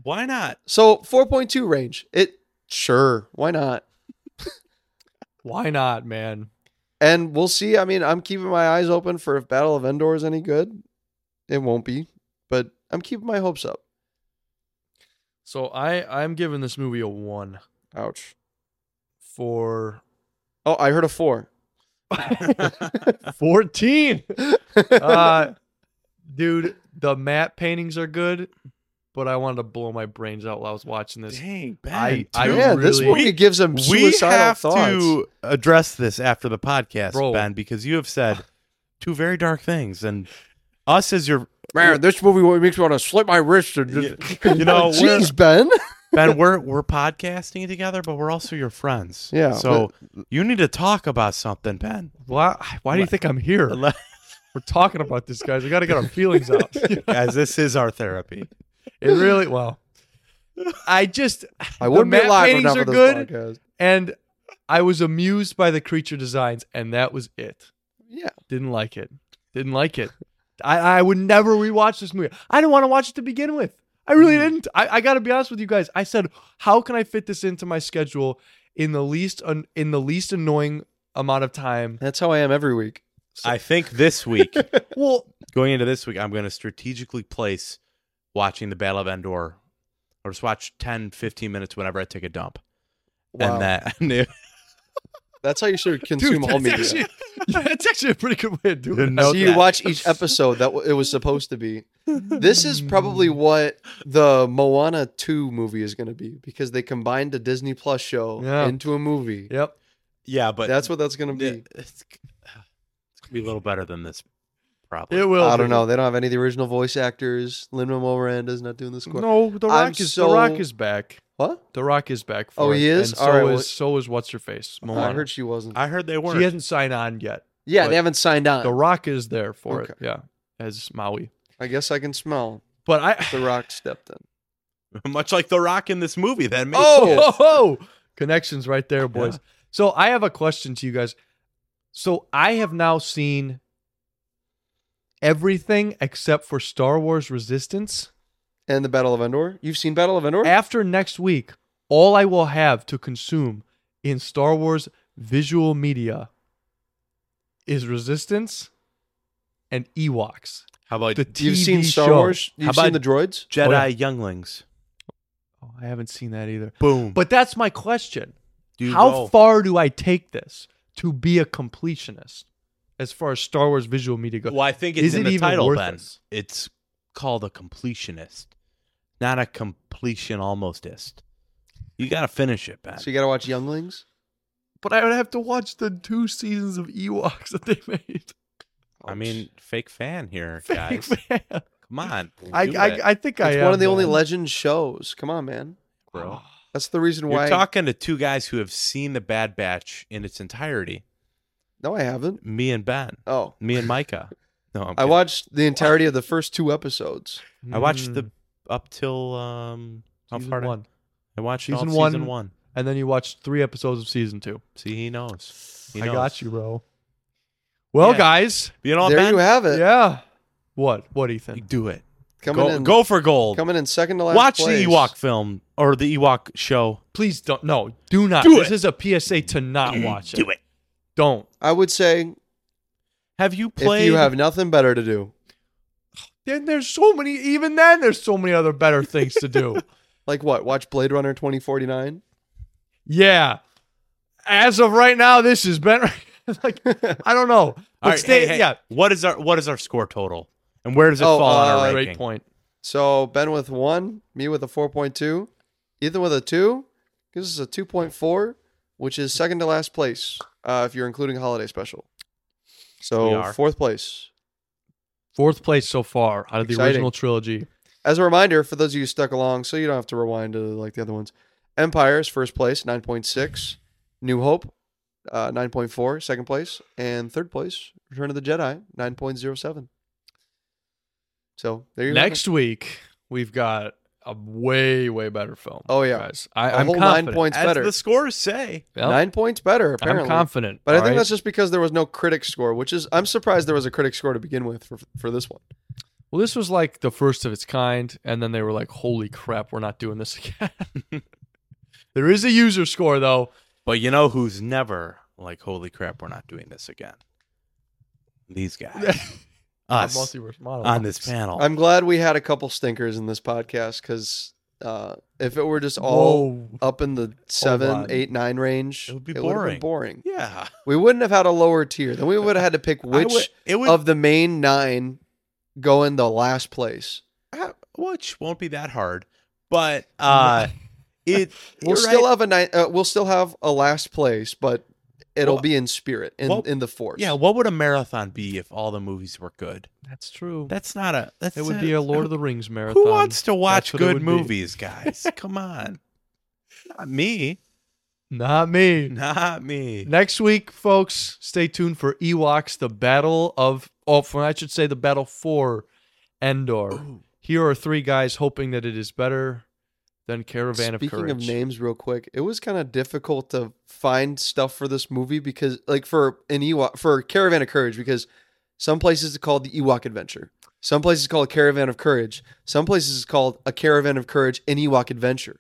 [SPEAKER 2] Why (laughs) not?
[SPEAKER 3] So 4.2 range. It sure why not?
[SPEAKER 1] Why not, man?
[SPEAKER 3] And we'll see. I mean, I'm keeping my eyes open for if Battle of Endor is any good. It won't be, but I'm keeping my hopes up.
[SPEAKER 1] So I I'm giving this movie a one
[SPEAKER 3] Ouch.
[SPEAKER 1] for
[SPEAKER 3] Oh, I heard a four.
[SPEAKER 1] 14. uh, dude, the matte paintings are good, but I wanted to blow my brains out while I was watching this.
[SPEAKER 2] Dang, Ben.
[SPEAKER 1] I- I
[SPEAKER 2] dude.
[SPEAKER 3] yeah, this
[SPEAKER 1] really-
[SPEAKER 3] movie gives them
[SPEAKER 2] we
[SPEAKER 3] suicidal
[SPEAKER 2] have
[SPEAKER 3] thoughts.
[SPEAKER 2] to address this after the podcast,
[SPEAKER 1] Bro.
[SPEAKER 2] Ben, because you have said two very dark things, and us as your
[SPEAKER 3] Man, this movie makes me want to slip my wrist. And just,
[SPEAKER 2] you know, we're-
[SPEAKER 3] jeez, Oh, Ben.
[SPEAKER 2] Ben, we're we're podcasting together, but we're also your friends.
[SPEAKER 3] Yeah,
[SPEAKER 2] So you need to talk about something, Ben.
[SPEAKER 1] Why why do you think I'm here?
[SPEAKER 2] Le-
[SPEAKER 1] We're talking about this, guys. We got to get our feelings out. It
[SPEAKER 2] Guys, this is our therapy.
[SPEAKER 1] really well. I just
[SPEAKER 3] I wouldn't
[SPEAKER 1] the
[SPEAKER 3] be
[SPEAKER 1] matte
[SPEAKER 3] alive
[SPEAKER 1] paintings
[SPEAKER 3] enough
[SPEAKER 1] are
[SPEAKER 3] for this
[SPEAKER 1] good,
[SPEAKER 3] podcast.
[SPEAKER 1] and I was amused by the creature designs, and that was it.
[SPEAKER 3] Yeah,
[SPEAKER 1] Didn't like it. Didn't like it. I, I would never rewatch this movie. I didn't want to watch it to begin with. I really didn't. I, I got to be honest with you guys. I said, how can I fit this into my schedule in the least un, in the least annoying amount of time?
[SPEAKER 3] that's how I am every week.
[SPEAKER 2] I think this week,
[SPEAKER 1] Well,
[SPEAKER 2] going into this week, I'm going to strategically place watching the Battle of Endor or just watch 10, 15 minutes whenever I take a dump.
[SPEAKER 3] Wow,
[SPEAKER 2] And that, (laughs)
[SPEAKER 3] that's how you should consume
[SPEAKER 1] dude,
[SPEAKER 3] all
[SPEAKER 1] that's
[SPEAKER 3] media.
[SPEAKER 1] actually, that's actually a pretty good way of doing
[SPEAKER 2] You
[SPEAKER 1] it.
[SPEAKER 2] know
[SPEAKER 3] so you
[SPEAKER 2] that.
[SPEAKER 3] watch each episode that w- it was supposed to be. This is probably what the Moana 2 movie is going to be because they combined a Disney Plus show
[SPEAKER 1] Yeah.
[SPEAKER 3] into a movie.
[SPEAKER 1] Yep.
[SPEAKER 2] yeah, but
[SPEAKER 3] That's what that's going to
[SPEAKER 2] Yeah,
[SPEAKER 3] be.
[SPEAKER 2] (sighs) it's, it's gonna be a little better than this, probably.
[SPEAKER 1] It will.
[SPEAKER 3] I don't
[SPEAKER 1] be.
[SPEAKER 3] know. They don't have any of the original voice actors. Lin Manuel Miranda's not doing the score.
[SPEAKER 1] No, The
[SPEAKER 3] I'm
[SPEAKER 1] Rock is
[SPEAKER 3] so-
[SPEAKER 1] The Rock is back.
[SPEAKER 3] What?
[SPEAKER 1] The Rock is back. For
[SPEAKER 3] Oh, he
[SPEAKER 1] it,
[SPEAKER 3] is?
[SPEAKER 1] And
[SPEAKER 3] All
[SPEAKER 1] so
[SPEAKER 3] right,
[SPEAKER 1] is
[SPEAKER 3] well-
[SPEAKER 1] so is what's her face? Moana.
[SPEAKER 3] I heard she wasn't.
[SPEAKER 2] I heard they weren't.
[SPEAKER 1] she hasn't signed on yet.
[SPEAKER 3] yeah,
[SPEAKER 1] but-
[SPEAKER 3] they haven't signed on.
[SPEAKER 1] The Rock is there for it.
[SPEAKER 3] Uh, Okay.
[SPEAKER 1] Yeah, as Maui.
[SPEAKER 3] I guess I can smell
[SPEAKER 1] But I.
[SPEAKER 3] the rock stepped
[SPEAKER 2] (laughs)
[SPEAKER 3] in.
[SPEAKER 2] Much like The Rock in this movie. That makes
[SPEAKER 1] Oh, (laughs)
[SPEAKER 2] sense.
[SPEAKER 1] ho, ho. connections right there, boys. So I have a question to you guys. So I have now seen everything except for Star Wars Resistance.
[SPEAKER 3] And the Battle of Endor. You've seen Battle of Endor?
[SPEAKER 1] After next week, all I will have to consume in Star Wars visual media is Resistance and Ewoks.
[SPEAKER 2] How about
[SPEAKER 1] The
[SPEAKER 3] You've
[SPEAKER 1] TV
[SPEAKER 3] seen Star
[SPEAKER 1] show.
[SPEAKER 3] Wars?
[SPEAKER 2] How
[SPEAKER 3] You've seen the
[SPEAKER 2] about-
[SPEAKER 3] droids?
[SPEAKER 2] Jedi
[SPEAKER 1] Oh, yeah.
[SPEAKER 2] Younglings?
[SPEAKER 1] Oh, I haven't seen that either.
[SPEAKER 2] Boom.
[SPEAKER 1] But that's my question.
[SPEAKER 2] Do you
[SPEAKER 1] How
[SPEAKER 2] go?
[SPEAKER 1] far do I take this to be a completionist as far as Star Wars visual media goes?
[SPEAKER 2] Well, I think it's
[SPEAKER 1] Is
[SPEAKER 2] in
[SPEAKER 1] it
[SPEAKER 2] the
[SPEAKER 1] even
[SPEAKER 2] title,
[SPEAKER 1] worth
[SPEAKER 2] Ben.
[SPEAKER 1] this?
[SPEAKER 2] It's called a completionist, not a completion almostist. You got to finish it, Ben.
[SPEAKER 3] So you got to watch Younglings?
[SPEAKER 1] But I would have to watch the two seasons of Ewoks (laughs) that they made.
[SPEAKER 2] I mean, (laughs) fake fan here,
[SPEAKER 1] Fake
[SPEAKER 2] guys.
[SPEAKER 1] fan.
[SPEAKER 2] Come on.
[SPEAKER 1] (laughs) I,
[SPEAKER 2] do
[SPEAKER 1] I,
[SPEAKER 2] it,
[SPEAKER 1] I think I
[SPEAKER 3] it's
[SPEAKER 1] am.
[SPEAKER 3] one of the only
[SPEAKER 1] man.
[SPEAKER 3] legend shows. Come on, man.
[SPEAKER 2] bro.
[SPEAKER 3] That's the reason why.
[SPEAKER 2] You're talking to two guys who have seen The Bad Batch in its entirety.
[SPEAKER 3] no, I haven't.
[SPEAKER 2] Me and Ben.
[SPEAKER 3] Oh,
[SPEAKER 2] Me
[SPEAKER 1] (laughs)
[SPEAKER 2] and Micah. No, I'm
[SPEAKER 3] I
[SPEAKER 2] kidding.
[SPEAKER 3] watched the entirety of the first two episodes.
[SPEAKER 2] I watched the
[SPEAKER 1] Mm,
[SPEAKER 2] up till um how
[SPEAKER 1] season
[SPEAKER 2] far did-
[SPEAKER 1] one.
[SPEAKER 2] I watched
[SPEAKER 1] Season
[SPEAKER 2] season, all
[SPEAKER 1] one.
[SPEAKER 2] one. season one.
[SPEAKER 1] And then you watched three episodes of season two.
[SPEAKER 2] See, he knows. He
[SPEAKER 1] I
[SPEAKER 2] knows.
[SPEAKER 1] got you, bro. Well,
[SPEAKER 2] Yeah.
[SPEAKER 1] guys.
[SPEAKER 2] You know, what,
[SPEAKER 3] there
[SPEAKER 2] Ben?
[SPEAKER 3] you have it.
[SPEAKER 1] Yeah. What? What, Ethan?
[SPEAKER 2] Do it.
[SPEAKER 3] Coming
[SPEAKER 2] Go,
[SPEAKER 3] in,
[SPEAKER 2] go for gold.
[SPEAKER 3] coming in second to last.
[SPEAKER 2] Watch
[SPEAKER 3] place.
[SPEAKER 2] the Ewok film or the Ewok show.
[SPEAKER 1] Please don't. No, do not.
[SPEAKER 2] Do
[SPEAKER 1] this is a PSA to not watch it.
[SPEAKER 2] Mm, Do it.
[SPEAKER 1] Don't.
[SPEAKER 3] I would say
[SPEAKER 2] Have you played?
[SPEAKER 3] if you have nothing better to do,
[SPEAKER 1] Then there's so many. Even then, there's so many other better things to (laughs) do.
[SPEAKER 3] like what? Watch Blade Runner twenty forty nine.
[SPEAKER 1] yeah. As of right now, this has been (laughs) like I don't
[SPEAKER 3] (laughs)
[SPEAKER 1] know. But
[SPEAKER 2] All right,
[SPEAKER 1] stay.
[SPEAKER 2] hey, hey,
[SPEAKER 1] Yeah.
[SPEAKER 2] What is our What is our score total? And where does it
[SPEAKER 3] Oh,
[SPEAKER 2] fall on
[SPEAKER 3] uh,
[SPEAKER 2] our
[SPEAKER 1] Great
[SPEAKER 2] ranking?
[SPEAKER 1] point.
[SPEAKER 3] So Ben with one, me with a four point two, Ethan with a two, gives us a two point four, which is second to last place uh, if you're including holiday special.
[SPEAKER 2] We
[SPEAKER 3] So
[SPEAKER 2] are.
[SPEAKER 3] fourth place.
[SPEAKER 1] Fourth place so far out of the
[SPEAKER 3] Exciting.
[SPEAKER 1] original trilogy.
[SPEAKER 3] As a reminder for those of you stuck along, so you don't have to rewind to like the other ones. Empire is first place, 9.6. New Hope, uh, 9.4, second place. And third place, Return of the Jedi, 9.07. So there you
[SPEAKER 1] Next week we've got a way way better film.
[SPEAKER 3] Oh, yeah.
[SPEAKER 1] guys. I,
[SPEAKER 3] go. A
[SPEAKER 1] I'm
[SPEAKER 3] whole
[SPEAKER 1] confident.
[SPEAKER 3] nine points
[SPEAKER 2] As
[SPEAKER 3] better.
[SPEAKER 2] the scores say,
[SPEAKER 1] Yep.
[SPEAKER 3] Nine points better, apparently.
[SPEAKER 1] I'm confident.
[SPEAKER 3] But I
[SPEAKER 1] all
[SPEAKER 3] think
[SPEAKER 1] right?
[SPEAKER 3] that's just because there was no critic score, which is I'm surprised there was a critic score to begin with for, for this one.
[SPEAKER 1] well, this was like the first of its kind, and then they were like, "Holy crap, we're not doing this (laughs) again."
[SPEAKER 3] (laughs)
[SPEAKER 1] there is a user score though.
[SPEAKER 2] but you know who's never like, holy crap, we're not doing this again.
[SPEAKER 1] (laughs)
[SPEAKER 2] These guys, us
[SPEAKER 1] Multiverse model
[SPEAKER 2] on this panel.
[SPEAKER 3] I'm glad we had a couple stinkers in this podcast because uh, if it were just all up in the seven,
[SPEAKER 1] on.
[SPEAKER 3] eight, nine range,
[SPEAKER 2] Oh, It would be
[SPEAKER 3] would've
[SPEAKER 2] boring.
[SPEAKER 3] been boring.
[SPEAKER 2] yeah,
[SPEAKER 3] We wouldn't have had a lower tier. Then we would have had to pick
[SPEAKER 2] (laughs) I
[SPEAKER 3] which
[SPEAKER 2] would- it would
[SPEAKER 3] of the main nine go in the last place.
[SPEAKER 2] uh, which won't be that hard, but
[SPEAKER 3] (laughs)
[SPEAKER 2] uh, it
[SPEAKER 3] We'll
[SPEAKER 2] you're
[SPEAKER 3] still
[SPEAKER 2] right.
[SPEAKER 3] have a nine. Uh, we'll still have a last place, but it'll
[SPEAKER 2] Well,
[SPEAKER 3] be in spirit in
[SPEAKER 2] well,
[SPEAKER 3] in the force.
[SPEAKER 2] Yeah, what would a marathon be if all the movies were good?
[SPEAKER 1] That's true.
[SPEAKER 2] That's not a. That's
[SPEAKER 1] it would be a Lord of the Rings marathon.
[SPEAKER 2] Who wants to watch
[SPEAKER 1] That's what it
[SPEAKER 2] good
[SPEAKER 1] would be.
[SPEAKER 2] movies, guys? Come on, not me,
[SPEAKER 1] Not me.
[SPEAKER 2] not me.
[SPEAKER 1] Next week, folks, stay tuned for Ewoks, the battle of, oh, for, I should say, the battle for Endor. Here are three guys hoping that it is better than Caravan
[SPEAKER 3] Speaking
[SPEAKER 1] of Courage.
[SPEAKER 3] names, real quick, it was kind of difficult to find stuff for this movie because, like, for an Ewok for Caravan of Courage, because some places it's called the Ewok Adventure, some places it's called Caravan of Courage, some places it's called a Caravan of Courage and Ewok Adventure.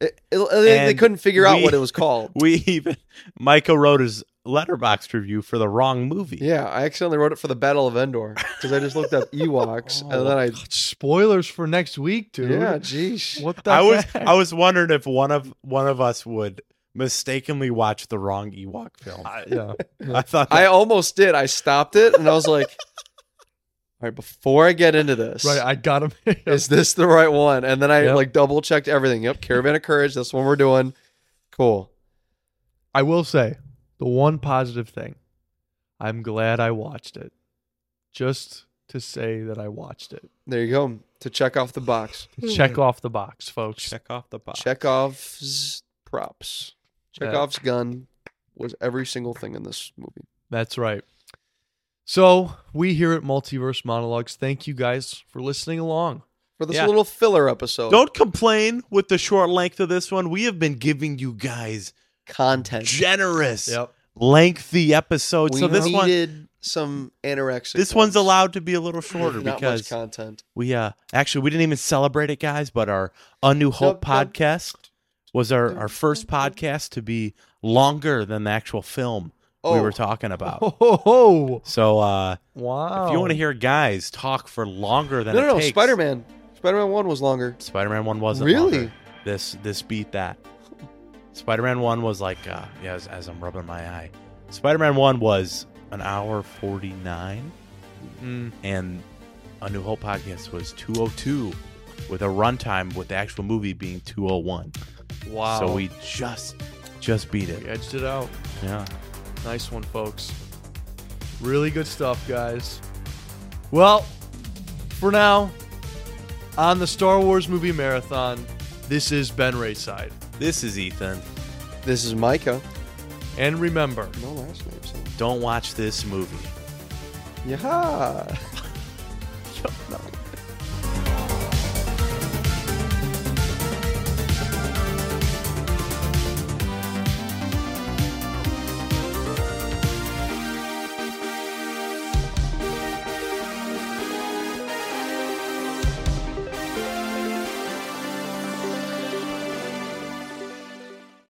[SPEAKER 3] It- it- they, they
[SPEAKER 2] And
[SPEAKER 3] couldn't figure out
[SPEAKER 2] we-
[SPEAKER 3] what
[SPEAKER 1] (laughs)
[SPEAKER 3] it was called.
[SPEAKER 2] We even Micah wrote his letterbox review for the wrong movie.
[SPEAKER 3] Yeah, I accidentally wrote it for the Battle of Endor because I just
[SPEAKER 1] (laughs)
[SPEAKER 3] looked up Ewoks and then I,
[SPEAKER 1] Spoilers for next week, Oh, dude.
[SPEAKER 3] yeah, jeez,
[SPEAKER 1] What the
[SPEAKER 2] I was
[SPEAKER 1] heck?
[SPEAKER 2] I was wondering if one of one of us would mistakenly watch the wrong Ewok film. I,
[SPEAKER 1] yeah.
[SPEAKER 2] thought
[SPEAKER 3] I
[SPEAKER 2] that,
[SPEAKER 3] almost did. I stopped it and I was like, (laughs) all right, before I get into this,
[SPEAKER 1] Right. I got (laughs) him.
[SPEAKER 3] is this the right one? And then I
[SPEAKER 1] Yep.
[SPEAKER 3] like double checked everything. Yep, Caravan of Courage. That's one we're doing. Cool.
[SPEAKER 1] I will say the one positive thing I'm glad I watched it just to say that I watched it.
[SPEAKER 3] There you go. To check off the box.
[SPEAKER 1] Check off the box, folks.
[SPEAKER 2] Hmm. check off the box.
[SPEAKER 3] Chekhov's props. Chekhov's gun was every single thing in this movie.
[SPEAKER 1] That's right. So we here at Multiverse Monologues, thank you guys for listening along.
[SPEAKER 3] For this
[SPEAKER 2] Yeah.
[SPEAKER 3] little filler episode.
[SPEAKER 2] Don't complain with the short length of this one. We have been giving you guys
[SPEAKER 3] content.
[SPEAKER 2] generous, lengthy episodes.
[SPEAKER 3] we
[SPEAKER 2] so this one,
[SPEAKER 3] needed some anorexic.
[SPEAKER 2] this one's
[SPEAKER 3] ones.
[SPEAKER 2] allowed to be a little shorter
[SPEAKER 3] Not much
[SPEAKER 2] because
[SPEAKER 3] content.
[SPEAKER 2] we uh actually we didn't even celebrate it, guys. But our A New Hope
[SPEAKER 3] Dub, dub.
[SPEAKER 2] podcast was our our first podcast to be longer than the actual film we
[SPEAKER 3] Oh.
[SPEAKER 2] were talking about.
[SPEAKER 3] (laughs)
[SPEAKER 1] Ho, ho, ho.
[SPEAKER 2] So uh
[SPEAKER 1] Wow.
[SPEAKER 2] if you want to hear guys talk for longer than
[SPEAKER 3] Oh. No,
[SPEAKER 2] it
[SPEAKER 3] no, no.
[SPEAKER 2] takes,
[SPEAKER 3] Spider Man. Spider Man 1 was longer.
[SPEAKER 2] Spider-Man one wasn't
[SPEAKER 3] Really?
[SPEAKER 2] longer. This this beat that. Spider-Man one was like uh, yeah, as, as I'm rubbing my eye. Spider-Man one was an hour forty nine,
[SPEAKER 1] Mm.
[SPEAKER 2] and a New Hope podcast was two oh two, with a runtime with the actual movie being two oh one.
[SPEAKER 1] Wow.
[SPEAKER 2] So we just just beat
[SPEAKER 1] We
[SPEAKER 2] it.
[SPEAKER 1] edged it out.
[SPEAKER 2] Yeah.
[SPEAKER 1] Nice one, folks. Really good stuff, guys. Well, for now, on the Star Wars movie marathon, this is Ben Rayside.
[SPEAKER 2] This is Ethan.
[SPEAKER 3] This is Micah.
[SPEAKER 1] And remember,
[SPEAKER 3] No last name. So.
[SPEAKER 2] Don't watch this movie.
[SPEAKER 3] Yeah.